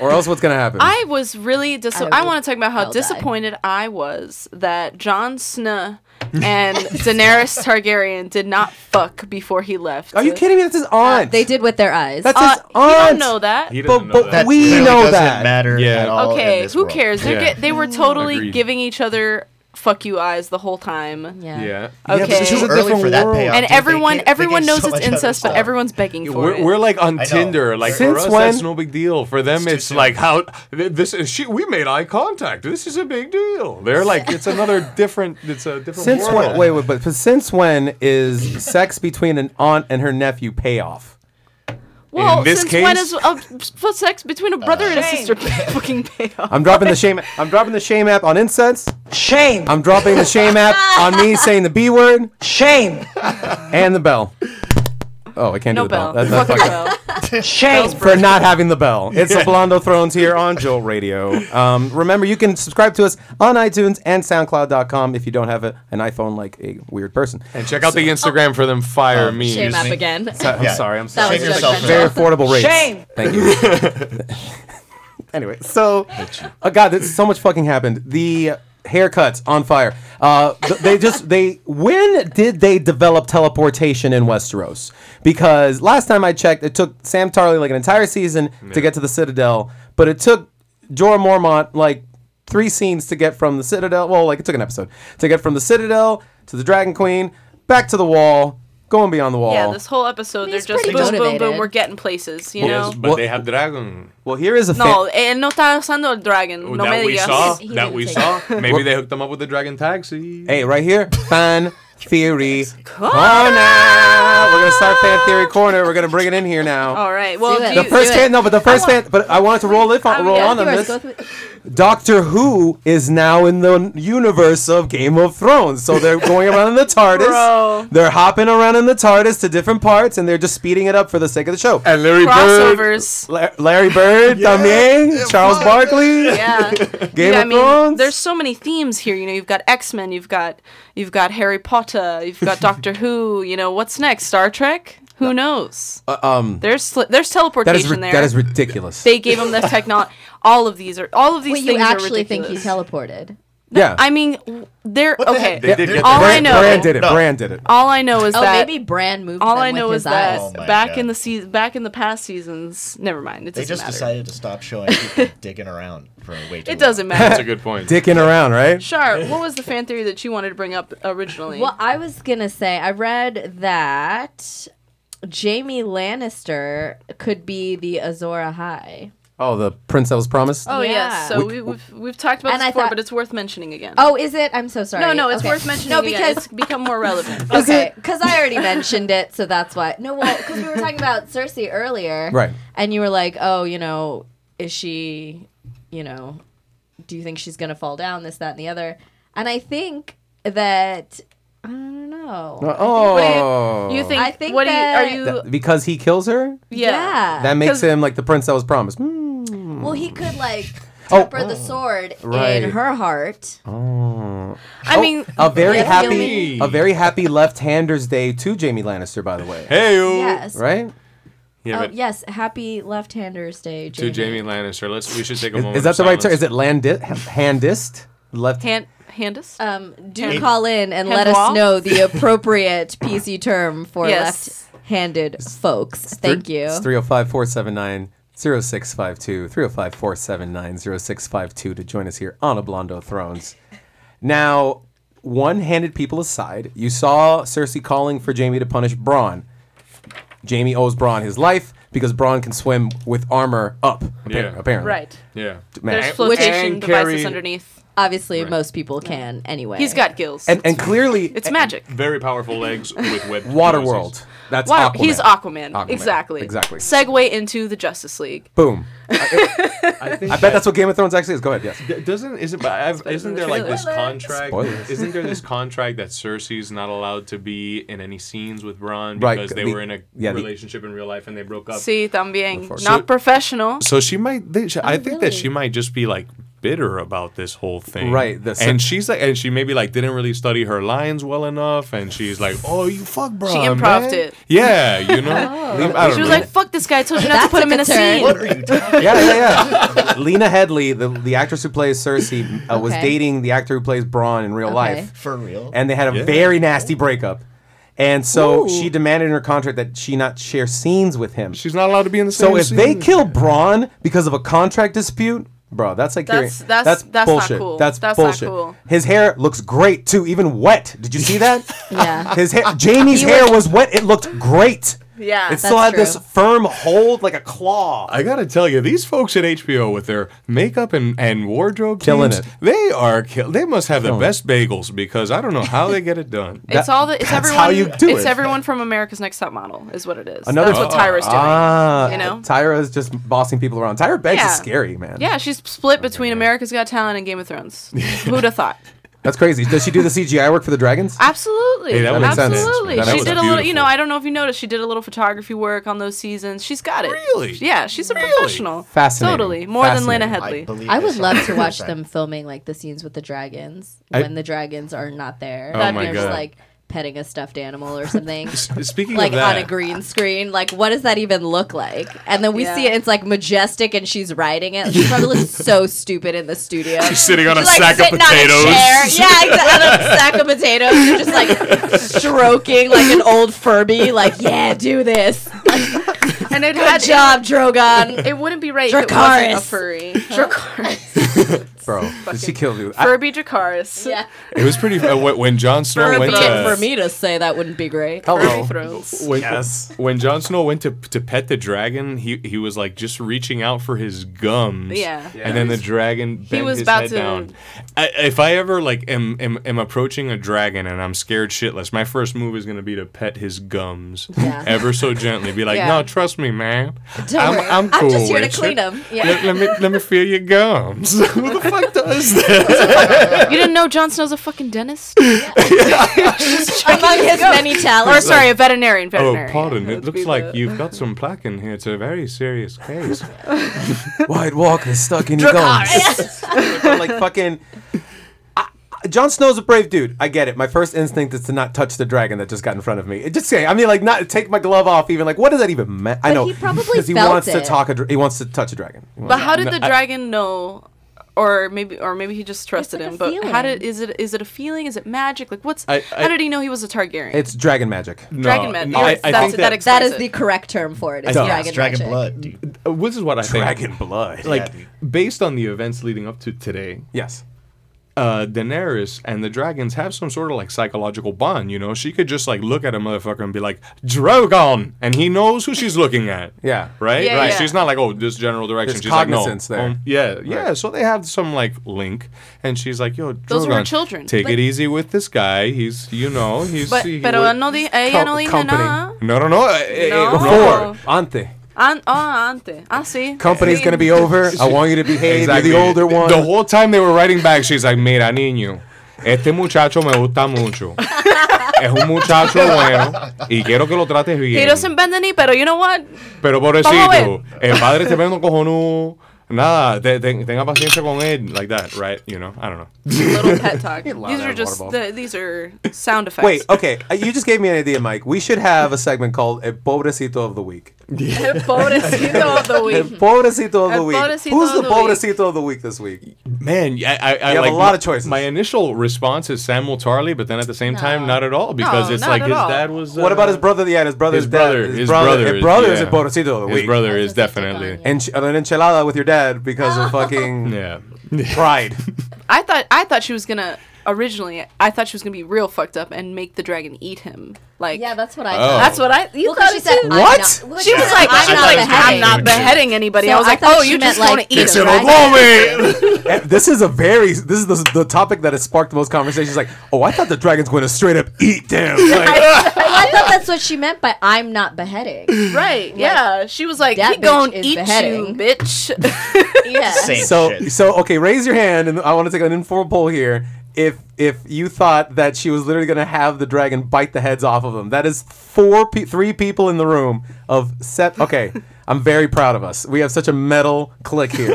Speaker 1: Or else what's gonna happen?
Speaker 2: I was really dis- I,
Speaker 5: I
Speaker 2: want to talk about
Speaker 5: will
Speaker 2: how
Speaker 5: die.
Speaker 2: disappointed I was that Jon Snow
Speaker 1: [laughs]
Speaker 2: and Daenerys Targaryen did not fuck before he left.
Speaker 1: Are you kidding me? That's his aunt.
Speaker 5: Uh, They did with their eyes.
Speaker 1: That's
Speaker 2: Uh,
Speaker 1: his
Speaker 2: you don't
Speaker 1: aunt.
Speaker 2: know that.
Speaker 3: He
Speaker 1: But,
Speaker 3: doesn't know
Speaker 1: but
Speaker 3: that.
Speaker 1: we
Speaker 4: Clearly
Speaker 1: know
Speaker 4: doesn't
Speaker 1: that.
Speaker 4: matter
Speaker 3: Yeah.
Speaker 4: at all in
Speaker 2: okay,
Speaker 4: this
Speaker 2: who
Speaker 4: world.
Speaker 2: cares? They
Speaker 3: Yeah.
Speaker 2: get they were totally
Speaker 3: Agreed.
Speaker 2: giving each other fuck you eyes the whole time.
Speaker 5: yeah.
Speaker 3: Yeah.
Speaker 2: Okay.
Speaker 4: but it's
Speaker 1: This is
Speaker 4: too
Speaker 1: a
Speaker 4: early
Speaker 1: different
Speaker 4: for that
Speaker 1: world.
Speaker 4: payoff.
Speaker 2: And
Speaker 4: dude. They
Speaker 2: everyone
Speaker 4: gave- they
Speaker 2: everyone
Speaker 4: gave
Speaker 2: knows
Speaker 4: so
Speaker 2: it's
Speaker 4: much other
Speaker 2: incest, but
Speaker 4: stuff.
Speaker 2: everyone's begging for
Speaker 3: We're,
Speaker 2: it.
Speaker 3: we're like on
Speaker 4: know.
Speaker 3: Tinder. Like
Speaker 1: Since
Speaker 3: for us,
Speaker 1: when-
Speaker 3: that's no big deal. For them,
Speaker 4: too
Speaker 3: it's,
Speaker 4: soon.
Speaker 3: like how th- this is. She, we made eye contact. This is a big deal. They're like
Speaker 1: [laughs]
Speaker 3: it's another different. It's a different
Speaker 1: Since
Speaker 3: world.
Speaker 1: when? Wait, wait, but, but since when is sex between an aunt and her nephew pay off?
Speaker 2: well,
Speaker 3: in this
Speaker 2: since when
Speaker 3: case-
Speaker 2: is uh, f- sex between a brother and a sister [laughs] fucking pay off?
Speaker 1: I'm dropping the shame. I'm dropping the shame app on incense. Shame. I'm dropping the shame app on me saying the b word. Shame. And the bell. Oh, I can't
Speaker 2: no
Speaker 1: do the bell.
Speaker 2: bell.
Speaker 1: That's not
Speaker 2: Fuck
Speaker 1: fucking-
Speaker 2: a bell.
Speaker 1: for not having the bell. It's the Blondo Thrones here on Jolt Radio. Um, remember, you can subscribe to us on iTunes and SoundCloud.com if you don't have a, an iPhone like a weird person.
Speaker 3: And check out the Instagram for them fire memes.
Speaker 5: Shame up again.
Speaker 1: I'm
Speaker 4: Yeah.
Speaker 1: sorry. I'm
Speaker 5: That
Speaker 1: sorry.
Speaker 5: was
Speaker 4: Shame yourself.
Speaker 5: judgmental.
Speaker 1: Very affordable rates. Shame. Thank you. [laughs] anyway, so oh god, this, so much fucking happened. The haircuts on fire. Uh, th- they just they when did they develop teleportation in Westeros? Because last time I checked, it took Sam Tarly like an entire season to get to the Citadel, but it took Jorah Mormont like three scenes to get from the Citadel. Well, like it took an episode to get from the Citadel to the Dragon Queen, back to the Wall, going beyond the Wall.
Speaker 2: Yeah, this whole episode they're
Speaker 5: he's
Speaker 2: just boom,
Speaker 5: pretty
Speaker 2: boom, boom.
Speaker 5: motivated.
Speaker 2: We're getting places, you know.
Speaker 3: Yes, but
Speaker 1: Well-
Speaker 3: they have dragon.
Speaker 1: well, here is a fa-
Speaker 2: No, él no está usando el dragon. No
Speaker 3: that
Speaker 2: me
Speaker 3: Oh, we
Speaker 2: digas.
Speaker 3: saw.
Speaker 5: He- he
Speaker 3: that
Speaker 5: didn't
Speaker 3: we
Speaker 5: take
Speaker 3: saw. Maybe they hooked them up with the dragon taxi.
Speaker 1: Hey, right here,
Speaker 2: [laughs]
Speaker 1: fan theory corner. We're gonna start fan theory corner. We're gonna bring it in here now.
Speaker 2: All right. Well,
Speaker 5: Do it.
Speaker 2: Oh, do
Speaker 1: The
Speaker 2: you-
Speaker 1: first
Speaker 5: do it.
Speaker 1: fan, no, but the first
Speaker 2: I want-
Speaker 1: fan, but I wanted to roll it on,
Speaker 2: I'm-
Speaker 1: roll
Speaker 2: yeah,
Speaker 1: on on
Speaker 5: Yours,
Speaker 1: this.
Speaker 5: go through-
Speaker 1: Doctor Who is now in the universe of Game of Thrones, so they're going around in
Speaker 2: [laughs]
Speaker 1: the TARDIS.
Speaker 2: Bro.
Speaker 1: They're hopping around in the TARDIS to different parts, and they're just speeding it up for the sake of the show.
Speaker 3: And Larry Bird.
Speaker 2: crossovers.
Speaker 1: La- Larry Bird, también, Charles Barkley,
Speaker 2: Yeah.
Speaker 1: Game
Speaker 2: Yeah,
Speaker 1: of
Speaker 2: I mean,
Speaker 1: Thrones.
Speaker 2: there's so many themes here. You know, you've got X Men, you've got you've got Harry Potter, you've
Speaker 1: [laughs]
Speaker 2: got Doctor Who. You know, what's next? Star Trek? Who knows? um, there's sl- there's teleportation
Speaker 1: Uh, that is ri-
Speaker 2: there.
Speaker 1: that is ridiculous.
Speaker 2: they gave
Speaker 1: [laughs]
Speaker 2: him the technology. All of these are all of these
Speaker 5: Wait, you
Speaker 2: things
Speaker 5: actually
Speaker 2: are
Speaker 5: think he
Speaker 2: ridiculous.
Speaker 5: teleported?
Speaker 1: yeah,
Speaker 2: I mean, w- they're
Speaker 4: What the
Speaker 2: okay.
Speaker 4: heck?
Speaker 3: They did get
Speaker 2: All
Speaker 3: the-
Speaker 2: I
Speaker 1: Brand,
Speaker 2: know.
Speaker 1: Brand did it.
Speaker 4: No.
Speaker 1: Brand did it.
Speaker 2: All I know is
Speaker 5: Oh,
Speaker 2: that
Speaker 5: maybe Brand moved
Speaker 2: all
Speaker 5: them
Speaker 2: I know
Speaker 5: with
Speaker 2: is
Speaker 5: his
Speaker 2: that
Speaker 5: eyes.
Speaker 4: Oh my
Speaker 2: back in
Speaker 4: God.
Speaker 2: the se- back in the past seasons. Never mind. It
Speaker 4: They
Speaker 2: doesn't
Speaker 4: just
Speaker 2: matter.
Speaker 4: decided to stop showing people digging around for way too
Speaker 2: It doesn't
Speaker 3: That's a
Speaker 4: [laughs]
Speaker 2: matter.
Speaker 3: good point.
Speaker 1: Dicking around, right?
Speaker 2: Char, what was the fan theory that you wanted to bring up originally?
Speaker 5: Well, I was gonna say I read that Jamie Lannister could be the Azora High.
Speaker 1: Oh, the prince that was promised.
Speaker 2: oh
Speaker 5: yeah.
Speaker 2: yes. So we, we've we've talked about
Speaker 5: And
Speaker 2: this
Speaker 5: I
Speaker 2: before,
Speaker 5: thought-
Speaker 2: but it's worth mentioning again.
Speaker 5: Oh, is it? I'm so sorry.
Speaker 2: no, no, it's
Speaker 5: Okay.
Speaker 2: worth mentioning.
Speaker 5: No,
Speaker 2: again.
Speaker 5: because
Speaker 2: it's become more [laughs] relevant.
Speaker 5: [laughs] okay, because I already mentioned it, so that's why. No, well, because we were talking about Cersei earlier,
Speaker 1: Right.
Speaker 5: And you were like, oh, you know, is she, you know, do you think she's gonna fall down? This, that, and the other. And I think that I don't know.
Speaker 1: Oh,
Speaker 2: What do you, you think?
Speaker 5: I think
Speaker 2: what
Speaker 5: that-
Speaker 2: do you, are you?
Speaker 1: That- because he kills her.
Speaker 2: yeah.
Speaker 1: That makes
Speaker 2: 'Cause-
Speaker 1: him like the prince that was promised. Hmm.
Speaker 5: Well, he could like
Speaker 1: Oh.
Speaker 5: temper the sword
Speaker 1: Right. Oh.
Speaker 5: in her heart.
Speaker 2: I mean,
Speaker 1: a very
Speaker 5: Yeah,
Speaker 1: happy,
Speaker 5: Naomi.
Speaker 1: a very happy left-handers day to Jamie Lannister, by the way.
Speaker 3: Hey,
Speaker 5: Yes.
Speaker 1: Right?
Speaker 3: Yeah,
Speaker 5: Oh,
Speaker 3: but
Speaker 5: yes. Happy left-handers day,
Speaker 3: to
Speaker 5: Jamie.
Speaker 3: Jamie Lannister, let's we should take a
Speaker 1: Is,
Speaker 3: moment.
Speaker 1: is that
Speaker 3: of
Speaker 1: the right term?
Speaker 3: silence.
Speaker 1: Is it landi- [laughs] handist? Left.
Speaker 2: hand, handist.
Speaker 5: Um, do
Speaker 2: Hand-
Speaker 5: call in and let
Speaker 2: Handball?
Speaker 5: us know
Speaker 2: [laughs]
Speaker 5: the appropriate PC term for
Speaker 2: Yes.
Speaker 5: left-handed folks. Thank you.
Speaker 1: It's 305 479 0652. 305 479 0652 to join us here on A Blondo Thrones. Now, one handed people aside, you saw Cersei calling for Jamie to punish Braun. Jamie owes Braun his life because Braun can swim with armor up, appa-
Speaker 3: Yeah.
Speaker 1: apparently.
Speaker 2: right.
Speaker 3: Yeah.
Speaker 2: There's
Speaker 1: And-
Speaker 2: flotation
Speaker 3: and
Speaker 2: devices
Speaker 3: carry-
Speaker 2: underneath.
Speaker 5: Obviously, most people can anyway.
Speaker 2: He's got gills.
Speaker 1: And, and clearly,
Speaker 2: it's magic.
Speaker 3: Very powerful legs
Speaker 1: [laughs]
Speaker 3: with web.
Speaker 1: Waterworld. That's
Speaker 2: Wow,
Speaker 1: Aquaman.
Speaker 2: he's Aquaman.
Speaker 1: Aquaman.
Speaker 2: Exactly.
Speaker 1: Exactly.
Speaker 2: Segue into the Justice League. [laughs]
Speaker 1: Boom.
Speaker 3: I,
Speaker 1: I bet that's what Game of Thrones actually is. Go ahead. Yes.
Speaker 3: D- doesn't isn't but I've,
Speaker 2: better
Speaker 3: isn't
Speaker 2: than
Speaker 3: there
Speaker 2: the
Speaker 3: like this
Speaker 5: trailer.
Speaker 3: contract?
Speaker 1: Spoilers.
Speaker 3: Isn't
Speaker 1: [laughs]
Speaker 3: there this contract that Cersei's not allowed to be in any scenes with Bronn
Speaker 1: Right,
Speaker 3: because they
Speaker 1: the-
Speaker 3: were in a
Speaker 1: yeah, the-
Speaker 3: relationship in real life and they broke up?
Speaker 2: See, también.
Speaker 1: Unfortunate.
Speaker 2: Not professional.
Speaker 3: so she might. They, she, I
Speaker 5: Oh,
Speaker 3: think that
Speaker 5: really?
Speaker 3: she might just be like bitter about this whole thing,
Speaker 1: Right, the-
Speaker 3: and she's like, and she maybe like didn't really study her lines well enough, and she's like, "Oh, you fuck, Bronn."
Speaker 2: improv'd
Speaker 3: man."
Speaker 2: it.
Speaker 3: Yeah, you know.
Speaker 2: [laughs]
Speaker 5: Oh.
Speaker 3: I don't
Speaker 2: She was
Speaker 3: know.
Speaker 2: like, "Fuck this guy! I told you not to
Speaker 5: That's
Speaker 2: put
Speaker 5: a
Speaker 2: him in a
Speaker 5: concern.
Speaker 2: scene."
Speaker 4: What are you
Speaker 1: [laughs]
Speaker 4: talking
Speaker 1: yeah, yeah, yeah. Lena Headley, the, the actress who plays Cersei, uh, was
Speaker 5: Okay.
Speaker 1: dating the actor who plays Braun in real
Speaker 5: Okay.
Speaker 1: life,
Speaker 4: For real?
Speaker 1: and they had a
Speaker 3: Yeah.
Speaker 1: very nasty breakup. And so
Speaker 5: Ooh.
Speaker 1: she demanded in her contract that she not share scenes with him.
Speaker 3: she's not allowed to be in the same
Speaker 1: so if they
Speaker 3: scene.
Speaker 1: kill Braun because of a contract dispute, bro, that's like hearing-
Speaker 2: That's- that's- that's not
Speaker 1: bullshit.
Speaker 2: cool.
Speaker 1: That's,
Speaker 2: That's not
Speaker 1: bullshit.
Speaker 2: cool.
Speaker 1: His hair looks great too, even wet. Did you see
Speaker 2: [laughs]
Speaker 1: that?
Speaker 5: Yeah.
Speaker 1: His hair, Jamie's hair was wet. It looked great.
Speaker 2: Yeah.
Speaker 1: it still
Speaker 5: That's
Speaker 1: had this
Speaker 5: true.
Speaker 1: firm hold like a claw.
Speaker 3: I gotta tell you, these folks at HBO with their makeup and, and wardrobe
Speaker 1: Killing
Speaker 3: teams,
Speaker 1: it.
Speaker 3: they are kill- they must have the best bagels because I don't know how they get it done.
Speaker 2: It's all the. It's
Speaker 1: that's
Speaker 2: everyone.
Speaker 1: how you do
Speaker 2: it's
Speaker 1: it.
Speaker 2: everyone from America's Next Top Model is what it is.
Speaker 1: Another
Speaker 2: That's what
Speaker 1: Oh.
Speaker 2: Tyra's doing.
Speaker 1: Ah,
Speaker 2: you know?
Speaker 1: Tyra's just bossing people around. Tyra Banks
Speaker 2: Yeah.
Speaker 1: is scary, man.
Speaker 2: yeah, she's split between America's Got Talent and Game
Speaker 1: [laughs]
Speaker 2: of Thrones. Who'd have thought?
Speaker 1: that's crazy. Does she do the CGI work for the dragons?
Speaker 2: Absolutely.
Speaker 3: Hey, that
Speaker 1: makes sense.
Speaker 2: Absolutely.
Speaker 1: That
Speaker 2: she
Speaker 1: was
Speaker 2: did a little, you
Speaker 3: beautiful.
Speaker 2: know, I don't know if you noticed, she did a little photography work on those seasons. She's got it.
Speaker 3: Really?
Speaker 2: Yeah, she's a professional.
Speaker 1: Fascinating.
Speaker 2: Totally. More than Lena
Speaker 1: Fascinating.
Speaker 2: Headley.
Speaker 4: believe
Speaker 5: I would
Speaker 4: this
Speaker 5: love to watch
Speaker 4: [laughs] 100%.
Speaker 5: them filming like the scenes with the dragons
Speaker 3: I-
Speaker 5: when the dragons are not there.
Speaker 3: Oh That'd my
Speaker 5: They're just
Speaker 3: God.
Speaker 5: like petting a stuffed animal or something.
Speaker 3: [laughs] Speaking
Speaker 5: [laughs] like
Speaker 3: of
Speaker 5: on
Speaker 3: that,
Speaker 5: a green screen. Like what does that even look like? And then we
Speaker 2: Yeah.
Speaker 5: see it, it's like majestic and she's riding
Speaker 3: [laughs]
Speaker 5: it. She probably looks so stupid in the studio. She's
Speaker 3: sitting on a
Speaker 5: like,
Speaker 3: sack of
Speaker 5: sitting on a
Speaker 3: potatoes.
Speaker 5: chair. Yeah, exactly. on a sack of potatoes. You're just
Speaker 3: [laughs]
Speaker 5: like stroking like an old Furby, like, yeah, do [laughs] this.
Speaker 2: And it
Speaker 5: Good
Speaker 2: had
Speaker 5: job, Drogon.
Speaker 2: It wouldn't be right if it wasn't a
Speaker 1: [laughs]
Speaker 5: Dracarys.
Speaker 2: furry. Dracaris.
Speaker 1: Bro, did she kill you? I,
Speaker 2: Furby Dracaris.
Speaker 5: yeah.
Speaker 3: it was pretty. Uh, when when uh, Jon Snow
Speaker 2: For
Speaker 3: went
Speaker 2: me-
Speaker 3: to
Speaker 5: For me to say that wouldn't be great.
Speaker 2: Furby
Speaker 1: hello. [laughs]
Speaker 2: Thrones.
Speaker 3: When,
Speaker 1: Yes.
Speaker 3: when Jon Snow went to to pet the dragon, he he was like just reaching out for his gums.
Speaker 2: Yeah.
Speaker 3: And then the dragon bent
Speaker 2: was
Speaker 3: his
Speaker 2: about
Speaker 3: head
Speaker 2: to-
Speaker 3: down. I, if I ever like am, am am approaching a dragon and I'm scared shitless, my first move is gonna be to pet his gums
Speaker 5: Yeah.
Speaker 3: ever so gently. Be like,
Speaker 2: Yeah.
Speaker 3: no, trust me, man.
Speaker 5: Don't
Speaker 3: I'm,
Speaker 5: worry.
Speaker 3: I'm cool.
Speaker 5: just here to
Speaker 3: with
Speaker 5: clean
Speaker 3: it.
Speaker 5: them. Yeah.
Speaker 3: Let, let me let me feel your gums. [laughs] Who the fuck [laughs] does that?
Speaker 2: You didn't know Jon Snow's a
Speaker 1: [laughs]
Speaker 2: fucking dentist?
Speaker 5: [laughs] Among his many
Speaker 2: or
Speaker 5: talents.
Speaker 2: sorry, a veterinarian. veterinarian.
Speaker 3: Oh, pardon.
Speaker 2: That
Speaker 3: It
Speaker 2: would
Speaker 3: looks
Speaker 2: be
Speaker 3: like
Speaker 2: the-
Speaker 3: you've got some plaque in here. It's a very serious case.
Speaker 1: White Walker is stuck in your gums. [laughs] like fucking. I- I- Jon Snow's a brave dude. I get it. My first instinct is to not touch the dragon that just got in front of me. It just saying. I mean, like, not take my glove off. Even like, what does that even mean? I
Speaker 5: But
Speaker 1: know
Speaker 5: he probably
Speaker 1: because he
Speaker 5: felt
Speaker 1: wants to
Speaker 5: it.
Speaker 1: talk. A, dra- he wants to touch a dragon. He
Speaker 2: But
Speaker 1: wants-
Speaker 2: how did
Speaker 3: No,
Speaker 2: the
Speaker 3: I-
Speaker 2: dragon know? Or maybe, or maybe he just trusted
Speaker 5: like a
Speaker 2: him. But how did
Speaker 5: feeling.
Speaker 2: is it? Is it a feeling? Is it magic? Like what's?
Speaker 3: I- I-
Speaker 2: how did he know he was a Targaryen?
Speaker 1: it's dragon magic.
Speaker 2: dragon magic.
Speaker 3: No, I, I
Speaker 2: that's,
Speaker 3: think
Speaker 2: that,
Speaker 3: that,
Speaker 5: That
Speaker 2: explains
Speaker 5: is
Speaker 2: it.
Speaker 5: the correct term for it. It's
Speaker 1: Yeah,
Speaker 5: dragon,
Speaker 4: It's dragon
Speaker 5: magic.
Speaker 4: blood, dude.
Speaker 3: uh, this is what I think.
Speaker 1: blood. Like
Speaker 3: Like
Speaker 4: Yeah,
Speaker 3: based on the events leading up to today,
Speaker 1: yes.
Speaker 3: uh, Daenerys and the dragons have some sort of like psychological bond. You know, she could just like look at a motherfucker and be like Drogon, and he knows who she's looking at.
Speaker 1: Yeah.
Speaker 3: Right.
Speaker 2: Yeah,
Speaker 3: right.
Speaker 2: yeah.
Speaker 3: She's not like oh this general direction.
Speaker 1: There's
Speaker 3: she's like no.
Speaker 1: cognizance there.
Speaker 3: um, yeah. Yeah. So they have some like link, and she's like yo.
Speaker 2: Those were
Speaker 3: Drogon,
Speaker 2: children.
Speaker 3: Take
Speaker 2: Like-
Speaker 3: it easy with this guy. He's you know he's.
Speaker 2: But
Speaker 3: he
Speaker 2: pero
Speaker 3: wa-
Speaker 2: no di- ella no dijo
Speaker 1: company.
Speaker 2: nada.
Speaker 3: No, no, no. eh, eh,
Speaker 2: No.
Speaker 3: eh,
Speaker 2: Oh.
Speaker 1: Before Ante.
Speaker 2: An- oh, ante. Ah, sí.
Speaker 1: Company's
Speaker 2: Sí.
Speaker 1: gonna be over. I want you to behave.
Speaker 3: Exactly.
Speaker 1: You're the older one.
Speaker 3: The whole time they were writing back, she's like, "Mira, niño, este muchacho me gusta mucho." es un
Speaker 2: [laughs]
Speaker 3: muchacho bueno y quiero que lo trates
Speaker 2: He
Speaker 3: bien.
Speaker 2: doesn't bend the knee, pero you know what?
Speaker 3: Pero
Speaker 2: Vamos a
Speaker 3: pobrecito, el padre te ve un cojonú. Nada, te- te- tenga paciencia con él, like that, right? You know, I don't know. [laughs]
Speaker 2: Little pet talk. these
Speaker 4: love
Speaker 2: are
Speaker 4: that
Speaker 2: just
Speaker 4: water
Speaker 2: the, these are sound effects.
Speaker 1: Wait, okay. uh, You just gave me an idea, Mike. We should have a segment called El Pobrecito of the
Speaker 2: [laughs]
Speaker 1: Week.
Speaker 2: Pobrecito of the
Speaker 1: El
Speaker 3: [laughs]
Speaker 2: week.
Speaker 1: Pobrecito of the
Speaker 2: El
Speaker 1: Week.
Speaker 2: Pobrecito
Speaker 1: Who's
Speaker 2: of
Speaker 1: the
Speaker 2: the Week.
Speaker 1: Pobrecito of the Week this week?
Speaker 3: Man, I, I, I
Speaker 1: You have a
Speaker 3: like,
Speaker 1: lot of choices.
Speaker 3: My initial response is Samuel Tarly, but then at the same time, not at all because
Speaker 2: No,
Speaker 3: it's
Speaker 2: not
Speaker 3: like
Speaker 2: at
Speaker 3: his
Speaker 2: all.
Speaker 3: dad was.
Speaker 1: What
Speaker 3: uh,
Speaker 1: about his brother? Yeah, his brother's
Speaker 3: His brother,
Speaker 1: dad.
Speaker 3: his, brother,
Speaker 1: His
Speaker 3: is-
Speaker 1: brother is
Speaker 3: yeah.
Speaker 1: El Pobrecito of the
Speaker 3: His
Speaker 1: Week.
Speaker 3: brother is
Speaker 5: That's what they took on,
Speaker 3: definitely.
Speaker 5: yeah.
Speaker 1: Ench- an enchilada with your dad because
Speaker 2: [laughs]
Speaker 1: of fucking
Speaker 3: Yeah.
Speaker 1: [laughs]
Speaker 3: [laughs]
Speaker 1: pride.
Speaker 2: I thought I thought she was gonna originally. I thought she was gonna be real fucked up and make the dragon eat him. Like
Speaker 5: Yeah, that's what I.
Speaker 3: Oh.
Speaker 5: thought.
Speaker 2: that's what I. You
Speaker 5: Well, 'cause
Speaker 2: thought
Speaker 5: she
Speaker 2: it
Speaker 5: said,
Speaker 2: too.
Speaker 5: I'm
Speaker 1: What?
Speaker 5: not- well,
Speaker 2: She was
Speaker 5: said,
Speaker 2: like,
Speaker 5: I'm
Speaker 2: she was
Speaker 5: not
Speaker 2: like,
Speaker 5: beheading."
Speaker 2: I'm [laughs] not beheading anybody.
Speaker 5: So
Speaker 2: I was
Speaker 5: I
Speaker 2: like,
Speaker 5: thought
Speaker 2: oh,
Speaker 5: she
Speaker 2: you
Speaker 5: meant,
Speaker 2: just want
Speaker 5: like,
Speaker 2: to eat
Speaker 5: it's an
Speaker 2: him. right?
Speaker 1: Eh, this is a very this is the, the topic that has sparked the most conversations. Like, oh, I thought the dragon's going to straight up eat
Speaker 2: [laughs]
Speaker 1: them. Like,
Speaker 5: I thought that's what she meant by "I'm not beheading."
Speaker 2: Right? Yeah. She was like,
Speaker 5: that
Speaker 2: he
Speaker 5: bitch
Speaker 2: gon'
Speaker 5: is
Speaker 2: eat you,
Speaker 5: beheading.
Speaker 2: bitch.
Speaker 5: [laughs] Yeah.
Speaker 3: [laughs]
Speaker 4: Same
Speaker 1: so
Speaker 4: shit.
Speaker 1: so okay, raise your hand, and I want to take an informal poll here. If if you thought that she was literally going to have the dragon bite the heads off of them, that is four pe- three people in the room of set. Okay. [laughs] I'm very proud of us. We have such a metal click
Speaker 3: [laughs]
Speaker 1: here.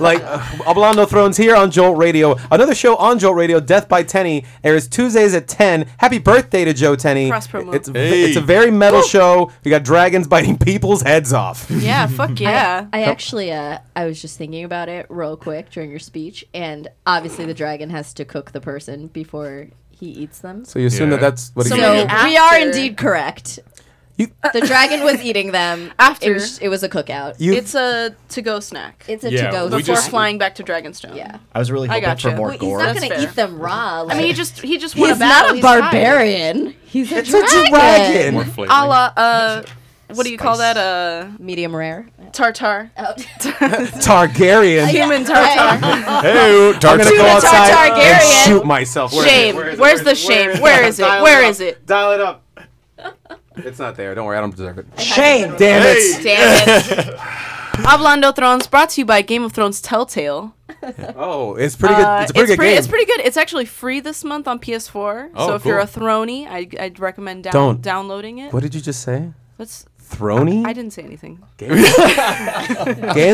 Speaker 1: like, uh, Ablando Thrones here on Jolt Radio. Another show on Jolt Radio, Death by Tenny, airs Tuesdays at 10. Happy birthday to Joe Tenny.
Speaker 2: Cross promo.
Speaker 1: It's,
Speaker 3: Hey.
Speaker 1: it's a very metal show. We got dragons [laughs] biting people's heads off.
Speaker 2: [laughs] yeah. Fuck yeah.
Speaker 5: I actually, uh, I was just thinking about it real quick during your speech, and obviously the dragon has to cook the person before he eats them. So,
Speaker 1: So you assume that
Speaker 3: Yeah.
Speaker 1: that's what he
Speaker 2: So
Speaker 1: did.
Speaker 2: many
Speaker 5: we are
Speaker 2: after-
Speaker 5: indeed correct.
Speaker 1: You-
Speaker 5: the dragon was eating them
Speaker 2: After.
Speaker 5: It was, it was a cookout.
Speaker 1: You-
Speaker 2: it's a to-go snack.
Speaker 5: it's a
Speaker 3: Yeah,
Speaker 5: to-go.
Speaker 3: we
Speaker 5: snack.
Speaker 2: before
Speaker 3: just-
Speaker 2: flying back to Dragonstone.
Speaker 5: Yeah.
Speaker 4: I was really
Speaker 2: I
Speaker 4: hoping for
Speaker 2: gotcha.
Speaker 4: more
Speaker 5: Well, he's
Speaker 4: gore.
Speaker 5: not
Speaker 2: That's
Speaker 5: gonna
Speaker 2: fair.
Speaker 5: eat them raw. Like,
Speaker 2: I mean, he just he just won
Speaker 5: he's
Speaker 2: a battle.
Speaker 5: not a
Speaker 2: He's tired.
Speaker 5: barbarian. He's a
Speaker 1: It's a
Speaker 5: dragon.
Speaker 1: dragon.
Speaker 3: More flavor.
Speaker 2: A la uh, what do you call that? Uh,
Speaker 5: Medium [laughs] rare.
Speaker 2: tartar.
Speaker 5: Oh.
Speaker 2: [laughs]
Speaker 1: Targaryen.
Speaker 2: Human tartar.
Speaker 3: Hey,
Speaker 1: I'm gonna go
Speaker 2: Targaryen.
Speaker 1: outside
Speaker 2: Targaryen.
Speaker 1: and shoot myself. Where is it?
Speaker 2: Shame.
Speaker 1: Where is it?
Speaker 2: Where's the shame? Where is it?
Speaker 1: Dial
Speaker 2: Where
Speaker 1: up.
Speaker 2: is it?
Speaker 1: Dial it up. It's not there. Don't worry. I don't deserve it. Shame. Damn it.
Speaker 2: Damn it. [laughs] Hablando Thrones brought to you by Game of Thrones Telltale.
Speaker 1: Oh, it's pretty good.
Speaker 2: Uh,
Speaker 1: It's a pretty good game.
Speaker 2: It's pretty good. It's actually free this month on PS4.
Speaker 3: Oh,
Speaker 2: so if you're
Speaker 3: cool.
Speaker 2: a Throny, I, I'd recommend down-
Speaker 1: Don't.
Speaker 2: downloading it.
Speaker 1: What did you just say?
Speaker 2: Let's-
Speaker 1: Throny?
Speaker 2: I didn't say anything.
Speaker 1: ¿Quién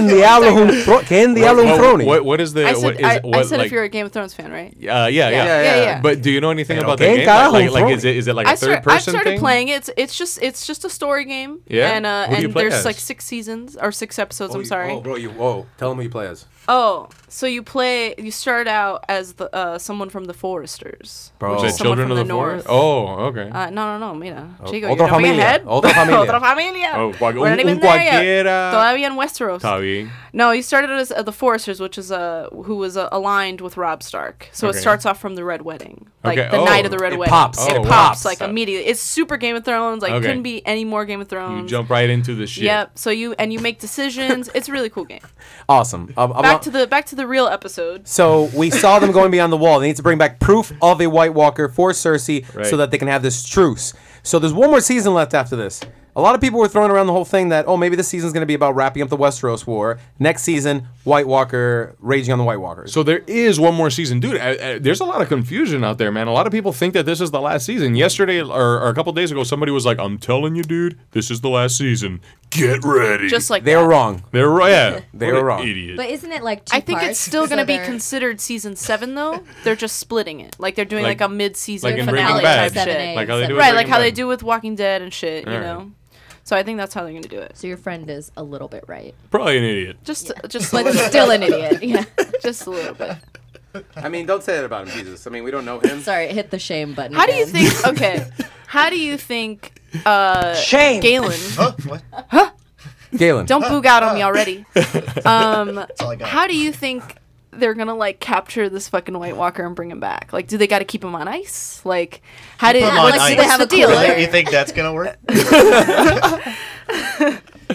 Speaker 1: diablo es un thro- ¿Quién diablo es un
Speaker 3: What,
Speaker 1: throny?
Speaker 3: what, what is the?
Speaker 2: I said,
Speaker 3: what is,
Speaker 2: I,
Speaker 3: what,
Speaker 2: I said
Speaker 3: like,
Speaker 2: if you're a Game of Thrones fan, right?
Speaker 3: Uh, yeah, yeah,
Speaker 1: Yeah, yeah,
Speaker 2: yeah.
Speaker 3: But do you know anything about the
Speaker 1: okay,
Speaker 3: game?
Speaker 1: carajo,
Speaker 3: Like, like, like,
Speaker 1: throwing.
Speaker 3: is it is it like a
Speaker 2: I
Speaker 3: a third
Speaker 2: stir- I've
Speaker 3: person
Speaker 2: started
Speaker 3: thing?
Speaker 2: playing it. It's, it's just it's just a story game.
Speaker 3: Yeah?
Speaker 2: And uh,
Speaker 3: Who do you
Speaker 2: and
Speaker 3: play
Speaker 2: there's
Speaker 3: as?
Speaker 2: like six seasons or six episodes. I'm sorry.
Speaker 1: Oh, bro, you. Whoa. Tell him who you play as.
Speaker 2: Oh, so you play? You start out as the uh, someone from the Foresters.
Speaker 1: Bro.
Speaker 3: The
Speaker 2: Which is someone
Speaker 3: Oh, Children
Speaker 2: from
Speaker 3: of the,
Speaker 2: the
Speaker 3: Forest.
Speaker 2: north.
Speaker 3: Oh, okay.
Speaker 2: Uh, no, no, no, mira. Chico,
Speaker 1: otra
Speaker 2: you're jumping
Speaker 1: familia,
Speaker 2: ahead.
Speaker 1: otra familia.
Speaker 2: [laughs] otra familia.
Speaker 3: Oh, cual-
Speaker 2: We're
Speaker 3: un-
Speaker 2: not even
Speaker 3: un
Speaker 2: there yet.
Speaker 3: cualquiera.
Speaker 2: Todavía en Westeros.
Speaker 3: Está bien.
Speaker 2: No, you started as uh, the Foresters, which is uh, who was uh, aligned with Rob Stark. So
Speaker 3: Okay.
Speaker 2: it starts off from the Red Wedding, like
Speaker 3: Okay,
Speaker 2: the
Speaker 3: oh,
Speaker 2: night of the Red
Speaker 1: it
Speaker 2: Wedding.
Speaker 1: pops,
Speaker 2: It
Speaker 3: it pops. Uh,
Speaker 2: pops like immediately. It's super Game of Thrones. Like
Speaker 3: Okay.
Speaker 2: couldn't be any more Game of Thrones.
Speaker 3: You jump right into the shit.
Speaker 2: Um, Yep. So you and you
Speaker 3: [laughs]
Speaker 2: make decisions. it's a really cool game.
Speaker 1: Awesome. Um, I'm
Speaker 2: Back
Speaker 1: not-
Speaker 2: to the back to the real episode.
Speaker 1: So we saw them going beyond the wall. They need to bring back proof of a White Walker for Cersei
Speaker 3: Right.
Speaker 1: so that they can have this truce. So there's one more season left after this. A lot of people were throwing around the whole thing that, oh, maybe this season's going to be about wrapping up the Westeros War. Next season, White Walker, raging on the White Walkers.
Speaker 3: So there is one more season, dude. I, I, there's a lot of confusion out there, man. A lot of people think that this is the last season. Yesterday or, or a couple days ago, somebody was like, "I'm telling you, dude, this is the last season. Get ready."
Speaker 2: Just like
Speaker 1: they
Speaker 2: that.
Speaker 1: were wrong.
Speaker 3: they're right.
Speaker 2: [laughs]
Speaker 3: Yeah,
Speaker 1: They
Speaker 3: What
Speaker 1: were
Speaker 3: an
Speaker 1: wrong.
Speaker 3: Idiot.
Speaker 5: [laughs] But isn't it like two
Speaker 2: I think it's
Speaker 5: parts?
Speaker 2: still going to
Speaker 5: So
Speaker 2: be
Speaker 5: they're-
Speaker 2: considered season seven, though. They're just splitting it. Like they're doing
Speaker 3: Like-
Speaker 2: like, a mid-season
Speaker 3: like in Breaking
Speaker 2: finale
Speaker 3: Bad,
Speaker 2: type
Speaker 5: Seven,
Speaker 2: shit.
Speaker 5: eight,
Speaker 3: like how they do
Speaker 5: seven.
Speaker 3: it.
Speaker 2: right, like
Speaker 3: Breaking
Speaker 2: how they
Speaker 3: Bad.
Speaker 2: do with Walking Dead and shit, you
Speaker 3: Alright.
Speaker 2: know. So I think that's how they're going to do it.
Speaker 5: So your friend is a little bit right,
Speaker 3: Probably an idiot.
Speaker 2: Just, just
Speaker 5: [laughs] but
Speaker 2: like,
Speaker 5: still an idiot. Yeah.
Speaker 2: [laughs] just a little bit.
Speaker 1: I mean, don't say that about him, Jesus. I mean, we don't know him.
Speaker 5: Sorry, hit the shame button.
Speaker 2: How do you
Speaker 5: again.
Speaker 2: think? Okay, how do you think? Uh,
Speaker 8: Shame.
Speaker 2: Galen,
Speaker 4: Huh? What? That's
Speaker 1: Galen.
Speaker 2: don't boog out on me already. Um,
Speaker 4: all I got.
Speaker 2: how do you think they're gonna like capture this fucking White Walker and bring him back? Like, do they got to keep him on ice? Like, how did?
Speaker 4: him on
Speaker 2: Like, do
Speaker 4: ice.
Speaker 2: they have a
Speaker 5: Cool.
Speaker 2: deal?
Speaker 5: Like,
Speaker 4: you think that's gonna
Speaker 2: [laughs]
Speaker 4: work?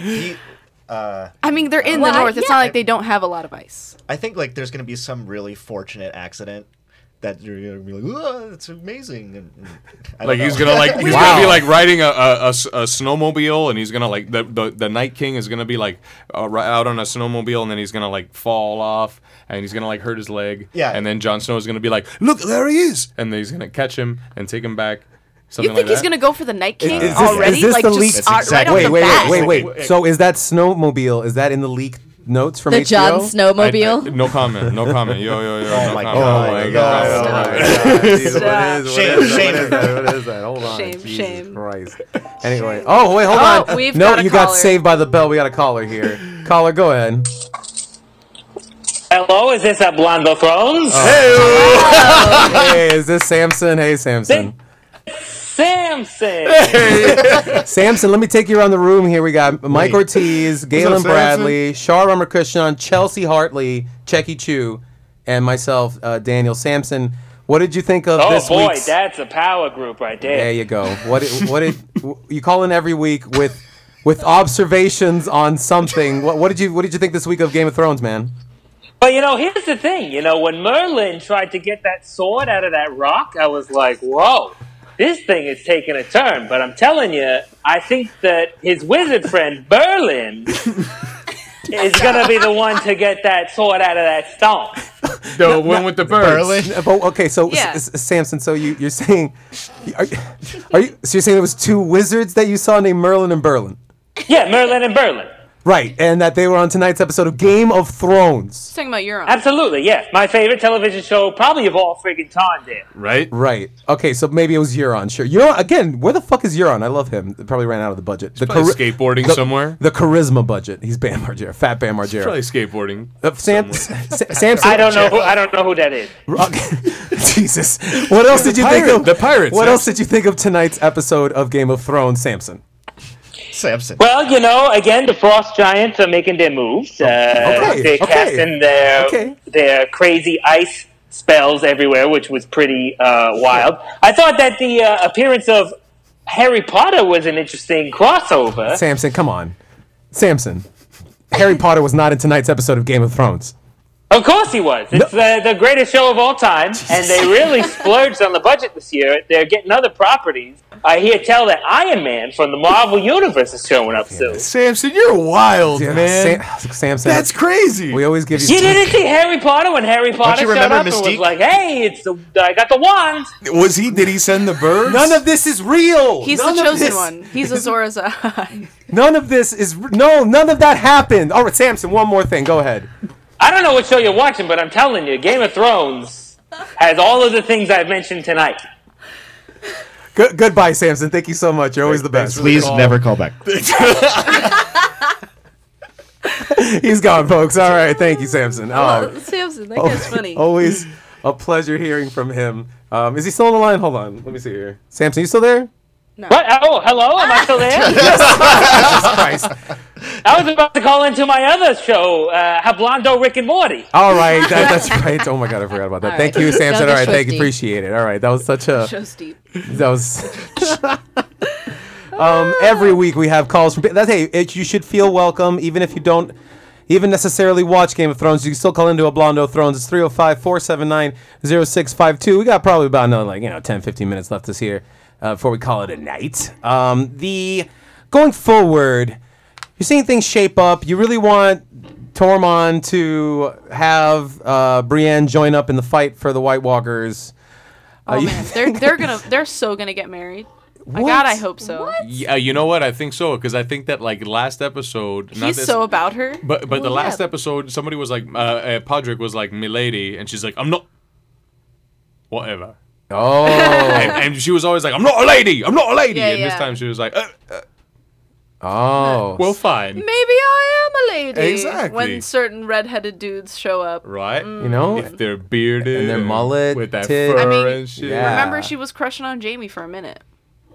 Speaker 4: He- uh,
Speaker 2: I mean, they're in
Speaker 5: Well,
Speaker 2: the
Speaker 5: I-
Speaker 2: north. It's
Speaker 5: yeah.
Speaker 2: not like they don't have a lot of ice.
Speaker 4: I think like there's gonna be some really fortunate accident that you're gonna be like, oh, it's amazing. And, and I don't
Speaker 3: Like
Speaker 4: know. [laughs]
Speaker 3: he's gonna like he's
Speaker 1: Wow.
Speaker 3: gonna be like riding a, a, a s- a snowmobile, and he's gonna like the, the the Night King is gonna be like uh, ri- out on a snowmobile, and then he's gonna like fall off, and he's gonna like hurt his leg.
Speaker 4: Yeah.
Speaker 3: And then Jon Snow is gonna be like, "Look, there he is!" And then he's gonna catch him and take him back. Something
Speaker 2: you think
Speaker 3: like that.
Speaker 2: he's gonna go for the Night King
Speaker 1: is this-
Speaker 2: already?
Speaker 1: is this
Speaker 2: like
Speaker 1: the
Speaker 2: just
Speaker 1: leak-
Speaker 2: out- right
Speaker 4: exactly-
Speaker 2: off
Speaker 1: wait,
Speaker 2: the
Speaker 1: wait,
Speaker 2: bat?
Speaker 1: wait, wait,
Speaker 3: Wait.
Speaker 1: So is that snowmobile? Is that in the leak notes from
Speaker 5: [laughs] The
Speaker 1: HBO?
Speaker 5: John
Speaker 3: I- I-
Speaker 5: Snowmobile.
Speaker 3: no comment. No comment. Yo, yo, yo.
Speaker 4: Oh
Speaker 3: no comment.
Speaker 4: my God.
Speaker 1: Oh my
Speaker 4: No,
Speaker 1: god!
Speaker 4: [laughs]
Speaker 1: Oh
Speaker 4: stop.
Speaker 1: my God. Jesus, what
Speaker 2: Stop.
Speaker 1: is- what
Speaker 4: Shame,
Speaker 1: is that?
Speaker 4: shame.
Speaker 1: What is that? What is that? Hold on.
Speaker 2: Shame,
Speaker 1: Jesus
Speaker 2: shame.
Speaker 1: Christ. Anyway. Oh wait, hold
Speaker 2: Oh,
Speaker 1: on.
Speaker 2: we've
Speaker 1: no,
Speaker 2: got a
Speaker 1: you got
Speaker 2: caller.
Speaker 1: saved by the bell. We got a caller here.
Speaker 2: [laughs]
Speaker 1: caller, go ahead.
Speaker 8: Hello, is this a Blondo Thrones?
Speaker 1: Oh. Hey, is this Samson? Hey, Samson.
Speaker 8: Samson!
Speaker 1: Samson, let me take you around the room here. We got Mike Ortiz, Galen
Speaker 9: Samson?
Speaker 1: Bradley, Shar Ramakrishnan, Chelsea Hartley, Checky Chu, and myself, uh, Daniel Samson. What did you think of
Speaker 8: oh
Speaker 1: this
Speaker 8: boy,
Speaker 1: week's?
Speaker 8: that's a power group right there.
Speaker 1: There you go. What did, what did you call in every week with with observations on something? What, what did you what did you think this week of Game of Thrones, man?
Speaker 8: But you know, here's the thing. You know, when Merlin tried to get that sword out of that rock, I was like, whoa, this thing is taking a turn. But I'm telling you, I think that his wizard friend,
Speaker 1: [laughs]
Speaker 8: Merlin, is going to be the one to get that sword out of that stone.
Speaker 3: The one with the birds.
Speaker 1: Uh, But okay, so s-
Speaker 2: Yeah.
Speaker 1: s- Samson, so you you're saying are, are you so you're saying there was two wizards that you saw named Merlin and Berlin?
Speaker 8: Yeah, Merlin and Merlin.
Speaker 1: Right, and that they were on tonight's episode of Game of Thrones.
Speaker 2: talking about Euron.
Speaker 8: Absolutely, yeah. My favorite television show, probably of all friggin' time there.
Speaker 3: Right?
Speaker 1: Right. Okay, so maybe it was Euron. Sure. Euron again, where the fuck is Euron? I love him. They probably ran out of the budget. The
Speaker 3: Probably
Speaker 1: chari-
Speaker 3: skateboarding
Speaker 1: the-
Speaker 3: somewhere.
Speaker 1: The charisma budget. He's Bam Margera. Fat Bam Margera.
Speaker 3: Probably skateboarding.
Speaker 1: Uh, Sam, Sa- Samson.
Speaker 8: I don't know who I don't know who that is.
Speaker 1: Rock- [laughs] Jesus. What else did you
Speaker 3: pirate-
Speaker 1: think of
Speaker 3: the pirates,
Speaker 1: What
Speaker 3: Samson.
Speaker 1: else did you think of tonight's episode of Game of Thrones, Samson?
Speaker 4: Samson.
Speaker 8: Well, you know, again, the frost giants are making their moves. Uh,
Speaker 1: Oh, okay,
Speaker 8: they're
Speaker 1: okay,
Speaker 8: casting their
Speaker 1: okay.
Speaker 8: their crazy ice spells everywhere, which was pretty uh, wild. I thought that the uh, appearance of Harry Potter was an interesting crossover.
Speaker 1: Samson, come on, Samson. Harry Potter was not in tonight's episode of Game of Thrones.
Speaker 8: Of course, he was. It's uh, the greatest show of all time, and
Speaker 1: [laughs]
Speaker 8: they really splurged on the budget this year. They're getting other properties. I hear tell that Iron Man from the Marvel Universe is showing up soon.
Speaker 9: Samson, you're wild,
Speaker 1: Yeah,
Speaker 9: man.
Speaker 1: Sam- Samson,
Speaker 9: That's crazy.
Speaker 1: we always give you.
Speaker 8: You didn't see Harry Potter when Harry Potter showed
Speaker 4: remember
Speaker 8: up and
Speaker 4: Mystique?
Speaker 8: was like, "Hey, it's the I got the wand."
Speaker 9: Was he? Did he send the birds?
Speaker 1: [laughs] None of this is real.
Speaker 2: He's
Speaker 1: none
Speaker 2: the
Speaker 1: of
Speaker 2: chosen
Speaker 1: this-
Speaker 2: one. He's uh, Azor [laughs] Ahai.
Speaker 1: None of this is no. None of that happened. All right, Samson. One more thing. Go ahead.
Speaker 8: I don't know what show you're watching, but I'm telling you, Game of Thrones has all of the things I've mentioned tonight.
Speaker 1: Good goodbye, Samson. Thank you so much. You're always the best.
Speaker 4: Please
Speaker 1: [laughs]
Speaker 4: never call back.
Speaker 1: He's gone, folks. All right. Thank you, Samson. Oh,
Speaker 2: Samson,
Speaker 5: [laughs]
Speaker 2: that guy's funny.
Speaker 1: always a pleasure hearing from him. Um, is he still on the line? Hold on. Let me see here. Samson, you still there?
Speaker 8: What? Oh, hello? Am I still there?
Speaker 1: Christ.
Speaker 5: [laughs]
Speaker 8: I was about to call into my other show, uh, Hablando Rick and Morty.
Speaker 1: All right, that, that's right. Oh my god, I forgot about that.
Speaker 5: All
Speaker 1: Thank
Speaker 5: right.
Speaker 1: you, Samson.
Speaker 5: That
Speaker 1: All
Speaker 5: was
Speaker 1: right, thank you.
Speaker 5: twisty.
Speaker 1: Appreciate it. All right, that was such a
Speaker 2: Show's deep.
Speaker 1: that was. [laughs] um, every week we have calls from. That's hey, it, you should feel welcome, even if you don't. Even necessarily watch Game of Thrones, you can still call into a Blondo Thrones. It's 305 479 0652. We got probably about another, like, you know, 10, 15 minutes left this year uh, before we call it a night. Um, the going forward, you're seeing things shape up. You really want Tormund to have uh, Brienne join up in the fight for the White Walkers.
Speaker 2: Oh man, they're they're gonna [laughs] they're so gonna get married. My God, I hope so.
Speaker 3: Yeah, you know what? I think so because I think that like last episode, not
Speaker 2: He's
Speaker 3: this,
Speaker 2: so about her.
Speaker 3: But but the
Speaker 2: Well,
Speaker 3: last
Speaker 2: yeah.
Speaker 3: episode, somebody was like, uh, uh, Podrick was like, "Milady," and she's like, "I'm not." Whatever.
Speaker 1: Oh,
Speaker 3: And, and she was always like, "I'm not a lady. I'm not a lady."
Speaker 2: Yeah,
Speaker 3: and this
Speaker 2: yeah.
Speaker 3: time she was like, uh, uh,
Speaker 1: oh.
Speaker 3: "Well, fine."
Speaker 2: Maybe I am a lady.
Speaker 3: Exactly.
Speaker 2: When certain redheaded dudes show up.
Speaker 3: Right?
Speaker 1: you know,
Speaker 3: If they're bearded
Speaker 1: And their mullet,
Speaker 3: with that
Speaker 1: tit-
Speaker 3: fur
Speaker 1: I
Speaker 2: Mm. mean,
Speaker 3: and shit.
Speaker 1: Yeah.
Speaker 2: Remember, she was crushing on Jamie for a minute.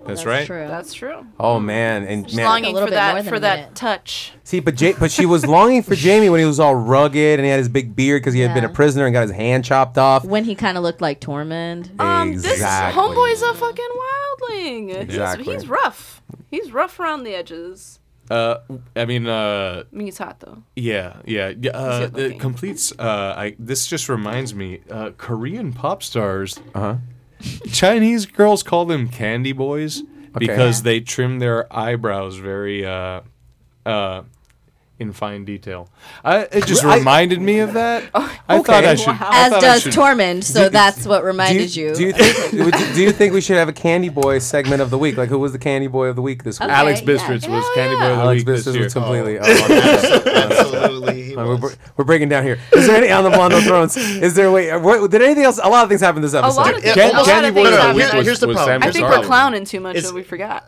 Speaker 3: That's, right.
Speaker 5: True.
Speaker 2: That's true.
Speaker 1: oh man, and
Speaker 2: She's
Speaker 1: man,
Speaker 2: longing
Speaker 5: little
Speaker 2: for
Speaker 5: bit more
Speaker 2: that
Speaker 5: than
Speaker 2: for
Speaker 5: a
Speaker 2: that
Speaker 5: minute.
Speaker 2: touch.
Speaker 1: see, but ja- but she was longing for Jamie when he was all rugged and he had his big beard because he had been a
Speaker 5: Yeah.
Speaker 1: prisoner and got his hand chopped off.
Speaker 5: when he kind of looked like Tormund.
Speaker 2: Um, this
Speaker 1: Exactly.
Speaker 2: homeboy's a fucking wildling. He's-
Speaker 1: Exactly.
Speaker 2: He's, rough. He's rough around the edges.
Speaker 3: Uh, I mean, uh,
Speaker 2: I mean, he's hot though.
Speaker 3: yeah, yeah. yeah uh,
Speaker 2: good looking.
Speaker 3: it completes. Uh, I, this just reminds me. Uh, Korean pop stars.
Speaker 1: Uh-huh.
Speaker 3: [laughs] Chinese girls call them candy boys because they trim their eyebrows very. Uh, uh, in fine detail. I, it just reminded me of
Speaker 5: [laughs]
Speaker 3: that. I thought
Speaker 1: okay.
Speaker 3: I should. I
Speaker 5: As
Speaker 3: thought I
Speaker 5: does
Speaker 3: should-
Speaker 5: Tormund, so that's what
Speaker 1: Do
Speaker 5: reminded you.
Speaker 1: do you think [laughs] would you- do you think we should have a Candy Boy segment of the week? Like who was the Candy Boy of the week this week?
Speaker 5: Okay.
Speaker 3: Alex
Speaker 5: yeah.
Speaker 3: Bistritz was Candy Boy of the
Speaker 1: Alex
Speaker 3: Week this
Speaker 1: Business
Speaker 3: year.
Speaker 1: was completely. Oh.
Speaker 4: Absolutely.
Speaker 1: [laughs]
Speaker 4: he
Speaker 1: we're,
Speaker 4: was.
Speaker 1: br- we're breaking down here. Is there any on the Blondo Thrones? Is there wait? What, did anything else? A lot of things happened this episode.
Speaker 2: lot of
Speaker 4: Yeah,
Speaker 2: things. A
Speaker 4: almost-
Speaker 2: lot of
Speaker 4: no,
Speaker 2: things
Speaker 4: no, no,
Speaker 2: happened.
Speaker 4: here- here's the
Speaker 3: Was
Speaker 4: problem.
Speaker 3: Sam
Speaker 2: I think
Speaker 3: Sorry.
Speaker 2: we're clowning too much
Speaker 4: It's-
Speaker 2: that we forgot.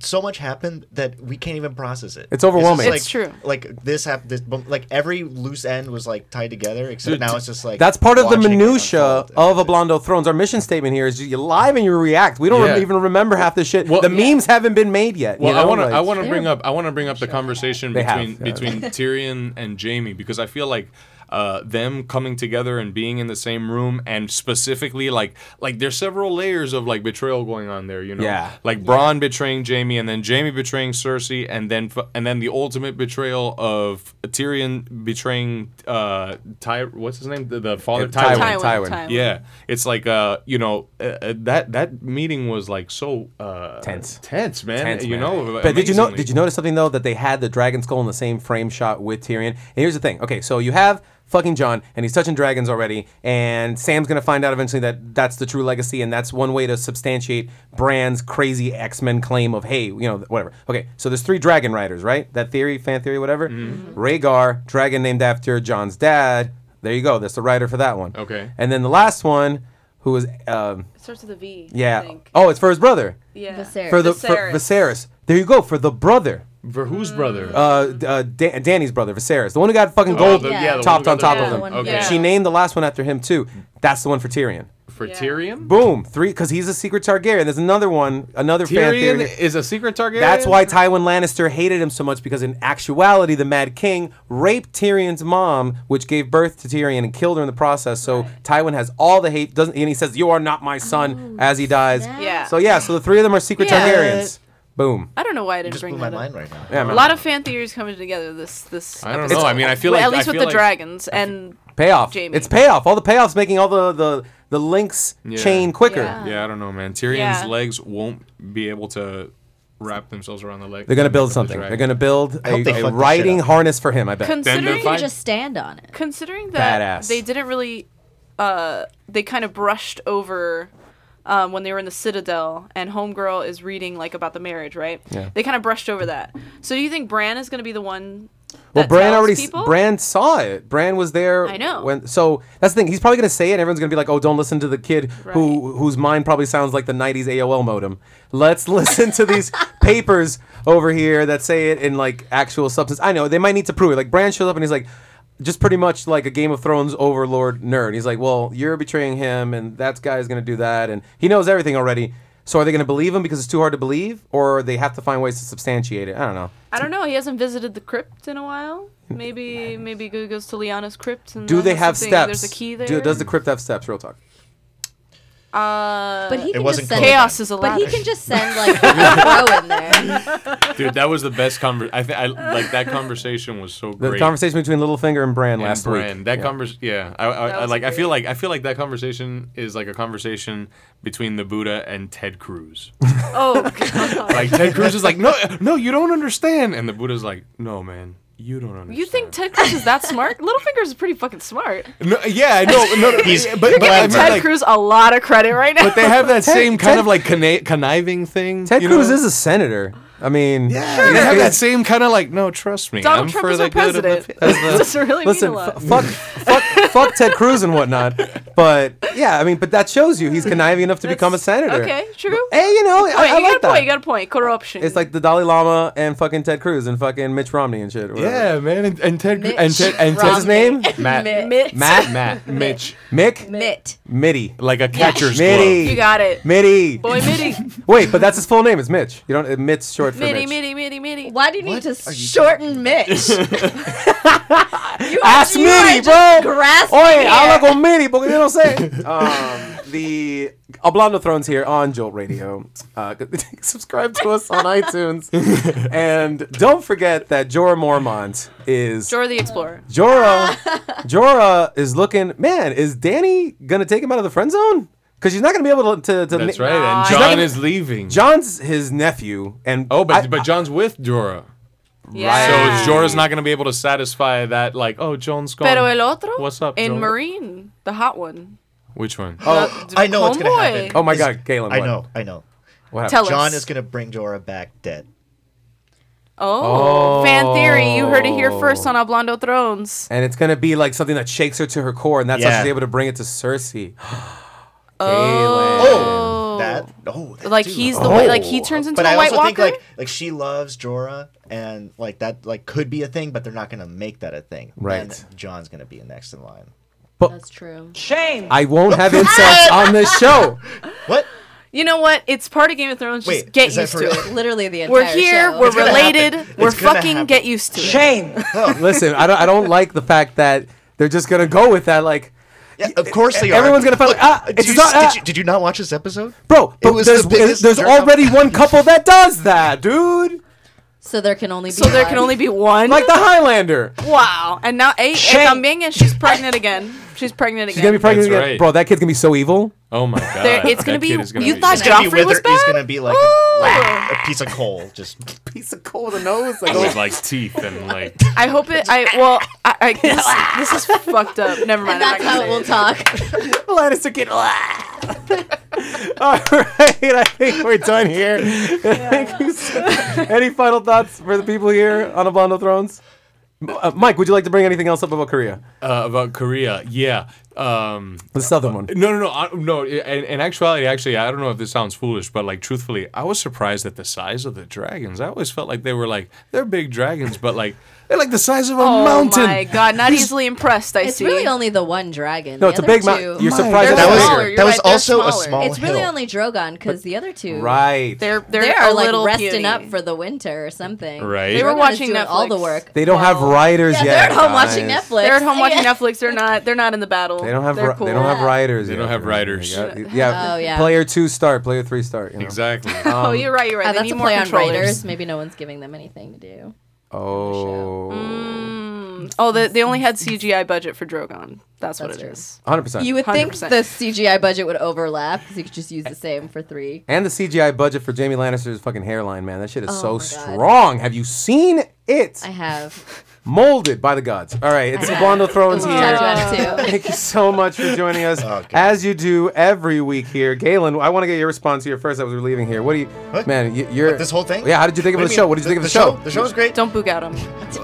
Speaker 4: so much happened that we can't even process it.
Speaker 1: It's overwhelming.
Speaker 4: just
Speaker 2: It's true.
Speaker 4: Like this happened. This, bum- like every loose end was like tied together. Except now it's just like
Speaker 1: That's part of the
Speaker 4: watching it
Speaker 1: minutia
Speaker 4: unfold.
Speaker 1: of a Blondo Thrones. Our mission statement here is you live and you react. We don't
Speaker 3: Yeah.
Speaker 1: even remember half the shit.
Speaker 3: Well-
Speaker 1: the memes haven't been made yet. you
Speaker 3: Well, I
Speaker 1: know,
Speaker 3: want to
Speaker 1: like-
Speaker 3: I want to bring up I want to bring up the conversation
Speaker 1: They have,
Speaker 3: between
Speaker 1: yeah. [laughs]
Speaker 3: between Tyrion and Jamie because I feel like uh, them coming together and being in the same room and specifically like like there's several layers of like betrayal going on there, you know.
Speaker 1: Yeah.
Speaker 3: Like Braun betraying Jamie and then Jamie betraying Cersei and then f- and then the ultimate betrayal of Tyrion betraying uh Ty what's his name the, the father
Speaker 1: Tywin,
Speaker 2: Tywin,
Speaker 1: Tywin.
Speaker 2: Tywin.
Speaker 3: yeah, it's like uh, you know, uh, uh, that that meeting was like so uh,
Speaker 1: Tense.
Speaker 3: tense, man.
Speaker 1: Tense,
Speaker 3: you
Speaker 1: man.
Speaker 3: know,
Speaker 1: But did you know?
Speaker 3: amazingly.
Speaker 1: Did you notice something though that they had the dragon skull in the same frame shot with Tyrion? And here's the thing. Okay, so you have fucking John, and he's touching dragons already, and Sam's gonna find out eventually that that's the true legacy, and that's one way to substantiate Bran's crazy X Men claim of hey, you know, whatever. Okay, so there's three dragon riders, right? That theory, fan theory, whatever.
Speaker 3: Mm-hmm.
Speaker 1: Rhaegar, dragon named after John's dad. There you go. That's the writer for that one.
Speaker 3: Okay.
Speaker 1: And then the last one, who was, um,
Speaker 2: It starts with a V. I
Speaker 1: yeah.
Speaker 2: think.
Speaker 1: Oh, it's for his brother
Speaker 2: yeah.
Speaker 5: Viserys.
Speaker 1: for the for
Speaker 2: Viserys.
Speaker 1: Viserys. There you go for the brother,
Speaker 3: For whose
Speaker 2: Mm.
Speaker 3: brother?
Speaker 1: uh, d- uh Dan- Danny's brother, Viserys, the one who got fucking
Speaker 3: Oh,
Speaker 1: gold
Speaker 3: the-
Speaker 5: yeah, the one who
Speaker 1: topped
Speaker 3: got
Speaker 1: on
Speaker 3: the
Speaker 1: top
Speaker 2: gold.
Speaker 1: of
Speaker 2: Yeah,
Speaker 1: him.
Speaker 2: the one-
Speaker 3: Okay.
Speaker 2: yeah.
Speaker 1: She named the last one after him too. That's the one for Tyrion.
Speaker 3: for
Speaker 2: Yeah.
Speaker 3: Tyrion.
Speaker 1: Boom, three because he's a secret Targaryen. There's another one, another fan
Speaker 3: Tyrion
Speaker 1: theory.
Speaker 3: is a secret Targaryen.
Speaker 1: That's why Tywin Lannister hated him so much because in actuality, the Mad King raped Tyrion's mom, which gave birth to Tyrion and killed her in the process. So Tywin has all the hate. Doesn't and he says, "You are not my son," as he dies.
Speaker 2: Yeah.
Speaker 1: So yeah, so the three of them are secret
Speaker 2: Oh, Yeah.
Speaker 1: Targaryens. Boom.
Speaker 2: I don't know why I didn't
Speaker 4: just
Speaker 2: bring
Speaker 4: blew
Speaker 2: that
Speaker 4: my
Speaker 2: up.
Speaker 4: mind right now.
Speaker 1: Yeah,
Speaker 2: A
Speaker 1: man.
Speaker 2: lot of fan theories coming together. This this.
Speaker 3: I don't
Speaker 2: episode.
Speaker 3: know. I mean, I feel
Speaker 2: Well,
Speaker 3: like-
Speaker 2: at least
Speaker 3: I
Speaker 2: with
Speaker 3: feel
Speaker 2: the
Speaker 3: like-
Speaker 2: dragons and
Speaker 1: payoff.
Speaker 2: Jamie.
Speaker 1: It's payoff. All the payoffs making all the the the links
Speaker 3: Yeah.
Speaker 1: chain quicker.
Speaker 2: Yeah.
Speaker 3: Yeah, I don't know, man. Tyrion's
Speaker 2: Yeah.
Speaker 3: legs won't be able to wrap themselves around the leg.
Speaker 1: They're gonna build
Speaker 3: of the
Speaker 1: something.
Speaker 3: dragon.
Speaker 1: They're gonna build
Speaker 4: hope they
Speaker 1: a, a
Speaker 4: fuck this
Speaker 1: riding
Speaker 4: shit up.
Speaker 1: harness for him. I bet.
Speaker 3: they're
Speaker 2: considering
Speaker 5: You
Speaker 3: fine.
Speaker 5: can just stand on it.
Speaker 2: considering that
Speaker 1: Badass.
Speaker 2: they didn't really uh they kind of brushed over um, when they were in the citadel and homegirl is reading like about the marriage right
Speaker 1: Yeah.
Speaker 2: they kind of brushed over that so do you think bran is going to be the one
Speaker 1: well,
Speaker 2: that
Speaker 1: Bran
Speaker 2: tells
Speaker 1: already. s-
Speaker 2: people?
Speaker 1: Bran saw it. Bran was there.
Speaker 2: I know.
Speaker 1: When so that's the thing. He's probably gonna say it. and Everyone's gonna be like, "Oh, don't listen to the kid who whose mind probably sounds like the '90s AOL modem." Let's [laughs] listen to these papers over here that say it in like actual substance. I know they might need to prove it. Like Bran shows up and he's like. Just pretty much like a Game of Thrones overlord nerd. He's like, well, you're betraying him, and that guy's gonna do that, and he knows everything already. So are they gonna believe him because it's too hard to believe, or they have to find ways to substantiate it? I don't know.
Speaker 2: i don't know he hasn't visited the crypt in a while maybe maybe he goes to liana's crypt and
Speaker 1: Do
Speaker 2: then
Speaker 1: they
Speaker 2: that's
Speaker 1: have
Speaker 2: something-
Speaker 1: steps?
Speaker 2: there's a key there
Speaker 1: Do, does the crypt have steps? Real talk.
Speaker 2: uh
Speaker 5: But he can
Speaker 4: wasn't
Speaker 5: just send
Speaker 2: chaos is a
Speaker 5: But he
Speaker 2: ladder.
Speaker 5: can just send like a throw in there.
Speaker 3: Dude, that was the best conver. I, th- I like that conversation was so
Speaker 1: The
Speaker 3: great.
Speaker 1: conversation between Littlefinger and Bran
Speaker 3: and
Speaker 1: last
Speaker 3: Bran.
Speaker 1: week.
Speaker 3: That convers yeah. I, I,
Speaker 2: That
Speaker 3: I
Speaker 2: was
Speaker 3: like. I feel
Speaker 2: great.
Speaker 3: like. I feel like that conversation is like a conversation between the Buddha and Ted Cruz.
Speaker 2: [laughs] oh God.
Speaker 3: Like Ted Cruz is like, no, no, you don't understand, and the Buddha's like, no, man, you don't understand.
Speaker 2: you think ted cruz is that smart littlefinger's pretty fucking smart
Speaker 3: No, yeah, I know. No,
Speaker 1: [laughs]
Speaker 3: he's but, but I mean,
Speaker 2: ted
Speaker 3: like,
Speaker 2: cruz a lot of credit right now
Speaker 3: But they have that same kind
Speaker 1: Ted-
Speaker 3: of like conni- conniving thing.
Speaker 1: Ted
Speaker 3: you
Speaker 1: Cruz
Speaker 3: know?
Speaker 1: is a senator. I mean,
Speaker 3: Yeah, [laughs] they have that same kind of like, no, trust me.
Speaker 2: [laughs] Donald
Speaker 3: I'm
Speaker 2: Trump
Speaker 3: for
Speaker 2: is
Speaker 3: the
Speaker 2: our
Speaker 3: good of the
Speaker 2: president.
Speaker 3: pe-
Speaker 2: That doesn't really
Speaker 1: Listen,
Speaker 2: mean a lot.
Speaker 1: f- fuck, fuck, fuck Ted Cruz and whatnot. But yeah, I mean, but that shows you
Speaker 2: [laughs]
Speaker 1: he's conniving enough to become a senator.
Speaker 2: okay, true.
Speaker 1: But, hey, you know, I,
Speaker 2: Wait,
Speaker 1: I like
Speaker 2: you got a point. You
Speaker 1: that.
Speaker 2: got a point. Corruption.
Speaker 1: It's like the Dalai Lama and fucking Ted Cruz and fucking Mitch Romney and shit. whatever.
Speaker 3: Yeah, man, and, and Ted Cru-
Speaker 5: Mitch
Speaker 3: and Ted and
Speaker 1: Romney.
Speaker 3: Ted's
Speaker 5: [laughs]
Speaker 1: name?
Speaker 3: Matt.
Speaker 5: Mitt.
Speaker 2: Mitt.
Speaker 1: Matt,
Speaker 3: [laughs] Matt, Mitch,
Speaker 1: Mick,
Speaker 5: Mitt.
Speaker 1: Mitty,
Speaker 3: like a catcher's
Speaker 1: Mitty.
Speaker 3: glove.
Speaker 2: You got it.
Speaker 1: Mitty.
Speaker 2: Boy, Mitty.
Speaker 1: Wait, but that's his full name. It's Mitch. You don't. Mitt's short for
Speaker 2: Mitty,
Speaker 1: Mitch.
Speaker 2: Mitty, Mitty, Mitty.
Speaker 5: Why do you need to
Speaker 2: [laughs]
Speaker 5: shorten [laughs] Mitch? you
Speaker 1: Ask
Speaker 5: are, you
Speaker 1: Mitty,
Speaker 5: are just
Speaker 1: bro.
Speaker 5: grasping
Speaker 1: Oye,
Speaker 5: here.
Speaker 1: habla con Mini, porque yo no sé.
Speaker 3: [laughs]
Speaker 1: Um, the Hablando Thrones here on Jolt Radio. Uh, [laughs] subscribe to us on
Speaker 3: [laughs]
Speaker 1: iTunes. And don't forget that Jorah Mormont is.
Speaker 2: Dora the Explorer.
Speaker 5: [laughs]
Speaker 1: Jorah, Jorah is looking. Man, is Danny going to take him out of the friend zone? Because she's not going to be able to. to, to
Speaker 3: That's right.
Speaker 2: Nah,
Speaker 3: And
Speaker 2: he's not
Speaker 3: John
Speaker 1: gonna-
Speaker 3: is leaving.
Speaker 1: John's his nephew. and
Speaker 3: oh, but
Speaker 1: I-
Speaker 3: but John's with Dora.
Speaker 2: Yeah.
Speaker 3: So Jorah's not going to be able to satisfy that, like, oh, Jones gone.
Speaker 2: Pero el otro?
Speaker 3: What's up,
Speaker 2: In
Speaker 3: Joel?
Speaker 2: Marine, the hot one.
Speaker 3: Which one?
Speaker 1: Oh,
Speaker 2: The
Speaker 4: I know what's gonna
Speaker 2: homeboy.
Speaker 4: happen.
Speaker 1: Oh my
Speaker 4: It's-
Speaker 1: God, Galen,
Speaker 4: I
Speaker 1: what?
Speaker 4: know, I know.
Speaker 1: what happened?
Speaker 2: Tell
Speaker 4: John
Speaker 2: us.
Speaker 4: is gonna bring Jorah back dead.
Speaker 2: Oh, fan theory. You heard it here
Speaker 1: Oh.
Speaker 2: first on Hablando Thrones.
Speaker 1: and it's gonna be like something that shakes her to her core, and that's how
Speaker 4: Yeah.
Speaker 1: she's able to bring it to Cersei. [gasps]
Speaker 4: Oh, that. Oh, that
Speaker 2: Like
Speaker 4: dude.
Speaker 2: he's the way, like he turns into
Speaker 4: But
Speaker 2: a
Speaker 4: I
Speaker 2: White
Speaker 4: also
Speaker 2: Walker.
Speaker 4: think like like she loves Jorah and like that like could be a thing, but they're not gonna make that a thing.
Speaker 1: Right.
Speaker 4: And John's gonna be next in line.
Speaker 5: That's true.
Speaker 1: Galen. I won't have insults on this show.
Speaker 4: What?
Speaker 2: you know what? It's part of Game of Thrones. Just
Speaker 4: Wait,
Speaker 2: get
Speaker 4: is that
Speaker 2: used
Speaker 4: for
Speaker 2: to
Speaker 4: real?
Speaker 2: it.
Speaker 5: Literally the entire
Speaker 2: We're here.
Speaker 5: show.
Speaker 2: We're
Speaker 4: gonna
Speaker 2: related.
Speaker 4: happen.
Speaker 2: We're
Speaker 4: It's gonna
Speaker 2: fucking
Speaker 4: happen.
Speaker 2: get used to it.
Speaker 4: Oh.
Speaker 1: [laughs] Listen, I don't, I don't like the fact that they're just gonna go with that. Like,
Speaker 4: Yeah, of course they are.
Speaker 1: everyone's gonna find
Speaker 4: Look,
Speaker 1: out, ah,
Speaker 4: did
Speaker 1: it's
Speaker 4: you,
Speaker 1: not-
Speaker 4: did,
Speaker 1: ah.
Speaker 4: you, did you not watch this episode?
Speaker 1: bro, but
Speaker 4: was the
Speaker 1: there's
Speaker 4: biggest
Speaker 1: there's
Speaker 4: jerk off.
Speaker 1: already one couple that does that, dude.
Speaker 5: So there can only be.
Speaker 2: So there can only be one.
Speaker 1: Like the Highlander.
Speaker 2: wow. And now eight. También, and she's pregnant again. She's pregnant again.
Speaker 1: She's gonna be pregnant
Speaker 3: That's
Speaker 1: again.
Speaker 3: right.
Speaker 1: Bro, that kid's gonna be so evil.
Speaker 3: Oh my god.
Speaker 2: There- it's
Speaker 3: That
Speaker 2: gonna be-
Speaker 3: kid is gonna
Speaker 2: you
Speaker 3: be-
Speaker 2: thought-
Speaker 4: He's gonna
Speaker 2: Joffrey
Speaker 4: be
Speaker 2: was
Speaker 4: withered. He's
Speaker 2: bad?
Speaker 4: gonna be like a, like a piece of coal. Just
Speaker 1: Piece of coal in the nose.
Speaker 3: [laughs]
Speaker 1: Like,
Speaker 3: [laughs]
Speaker 1: oh,
Speaker 3: with like teeth and like
Speaker 2: I hope it. I well. I, I this, this is fucked up. Never mind. I'm
Speaker 5: That's
Speaker 2: not gonna
Speaker 5: how
Speaker 2: say
Speaker 5: we'll
Speaker 2: it. [laughs]
Speaker 5: talk.
Speaker 1: Lannister kid. [laughs] All right, I think we're done here. Thank you so- Any final thoughts for the people here on Abondo Thrones? M- uh, Mike, would you like to bring anything else up about Korea?
Speaker 3: uh, about Korea. Yeah. Um
Speaker 1: The southern one.
Speaker 3: no, no, no, I, no. In, in actuality, actually, I don't know if this sounds foolish, but like, truthfully, I was surprised at the size of the dragons. I always felt like they were like they're big dragons, but like they're like the size of a
Speaker 2: Oh
Speaker 3: mountain.
Speaker 2: my god! Not easily impressed. I
Speaker 5: It's
Speaker 2: see.
Speaker 5: really only the one dragon.
Speaker 1: No, it's
Speaker 5: The
Speaker 1: a
Speaker 5: other
Speaker 1: big mou-
Speaker 5: two-
Speaker 1: You're
Speaker 3: My
Speaker 1: surprised
Speaker 2: They're
Speaker 1: at that
Speaker 4: was-
Speaker 1: was
Speaker 2: smaller.
Speaker 1: here.
Speaker 2: You're
Speaker 4: that was
Speaker 2: right, they're
Speaker 4: also a
Speaker 2: smaller.
Speaker 4: small
Speaker 5: It's really
Speaker 4: hill.
Speaker 5: only Drogon because the other two.
Speaker 1: Right.
Speaker 2: They're they're
Speaker 5: They
Speaker 2: a
Speaker 5: are like
Speaker 2: little
Speaker 5: resting
Speaker 2: puny.
Speaker 5: up for the winter or something.
Speaker 3: Right.
Speaker 2: They were
Speaker 5: Drogon is
Speaker 2: watching
Speaker 5: doing all the
Speaker 2: Netflix.
Speaker 5: work.
Speaker 1: They don't have writers
Speaker 5: Yeah,
Speaker 1: yet.
Speaker 5: they're at home
Speaker 1: guys.
Speaker 5: watching Netflix.
Speaker 2: They're at home
Speaker 5: [laughs]
Speaker 2: watching Netflix. They're not. They're not in the battle.
Speaker 1: They don't have.
Speaker 2: They're
Speaker 1: ri-
Speaker 2: cool.
Speaker 1: They don't have writers.
Speaker 3: They
Speaker 1: yet.
Speaker 3: don't have writers.
Speaker 1: Yeah. yeah.
Speaker 5: Oh, yeah.
Speaker 1: Player two start. Player three start. You know?
Speaker 2: [laughs]
Speaker 3: Exactly. Um,
Speaker 2: Oh, you're right. You're right.
Speaker 5: Oh,
Speaker 2: they
Speaker 5: that's
Speaker 2: need
Speaker 5: a
Speaker 2: more
Speaker 5: play on
Speaker 2: controllers.
Speaker 5: writers. Maybe no one's giving them anything to do.
Speaker 1: Oh.
Speaker 2: Oh, they, they only had CGI budget for Drogon. That's, what it
Speaker 5: That's
Speaker 2: is.
Speaker 5: true.
Speaker 1: 100 percent.
Speaker 5: You would think
Speaker 2: 100%.
Speaker 5: the CGI budget would overlap because you could just use the same for three.
Speaker 1: And the CGI budget for Jamie Lannister's fucking hairline, man. That shit is so
Speaker 5: Oh my God.
Speaker 1: strong. Have you seen it?
Speaker 5: I have.
Speaker 1: Molded by the gods. All right, it's
Speaker 5: I have.
Speaker 1: Abondo Thrones
Speaker 5: Talked
Speaker 1: here.
Speaker 5: about it too.
Speaker 1: [laughs] Thank you so much for joining
Speaker 4: [laughs]
Speaker 1: us,
Speaker 4: Oh, God.
Speaker 1: as you do every week here. Galen, I want to get your response here first. I was leaving here. What do you, man? You, you're
Speaker 4: What, this whole thing?
Speaker 1: Yeah. How did you think of the
Speaker 4: What do
Speaker 1: show?
Speaker 4: mean?
Speaker 1: What did you think of the,
Speaker 4: The show was great.
Speaker 2: Don't boog out him.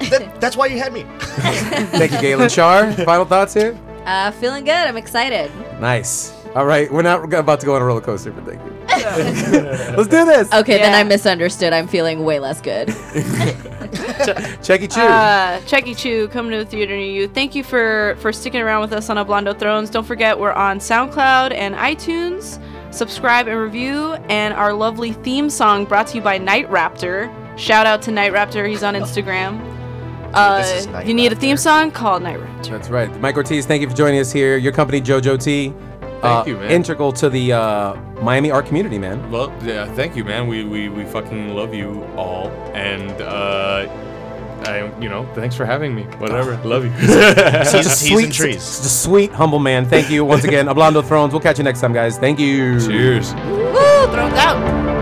Speaker 4: That- that's why you had me.
Speaker 1: [laughs] Thank you, Galen.
Speaker 4: [laughs]
Speaker 1: Char, final thoughts here.
Speaker 5: Uh, feeling good. I'm excited.
Speaker 1: Nice. All right, we're not about to go on a roller coaster, but thank you.
Speaker 5: [laughs]
Speaker 1: [laughs] Let's do this.
Speaker 5: Okay, then
Speaker 2: Yeah.
Speaker 5: I misunderstood. I'm feeling way less good.
Speaker 1: Checky Choo.
Speaker 2: Uh, Checky Chu, coming to a theater near you. Thank you for for sticking around with us on Oblando Thrones. Don't forget we're on SoundCloud and iTunes. Subscribe and review, and our lovely theme song brought to you by Night Raptor. Shout out to Night Raptor. He's on Instagram.
Speaker 4: this is
Speaker 2: Uh,
Speaker 4: Night
Speaker 2: you need a theme
Speaker 4: Raptor.
Speaker 2: song? Call Night Raptor.
Speaker 1: That's right. Mike Ortiz, thank you for joining us here. Your company, JoJo T. Thank
Speaker 3: you, man.
Speaker 1: Integral to the uh, Miami art community, man.
Speaker 3: Well, yeah, thank you, man. We we, we fucking love you all, and uh, I you know thanks for having me. Whatever, love you. [laughs]
Speaker 4: Seasons, seas and
Speaker 1: s-
Speaker 4: trees.
Speaker 1: s- sweet, humble man. Thank you once again. Ablando Thrones. We'll catch you next time, guys. Thank you.
Speaker 3: Cheers.
Speaker 5: Woo! Thrones out.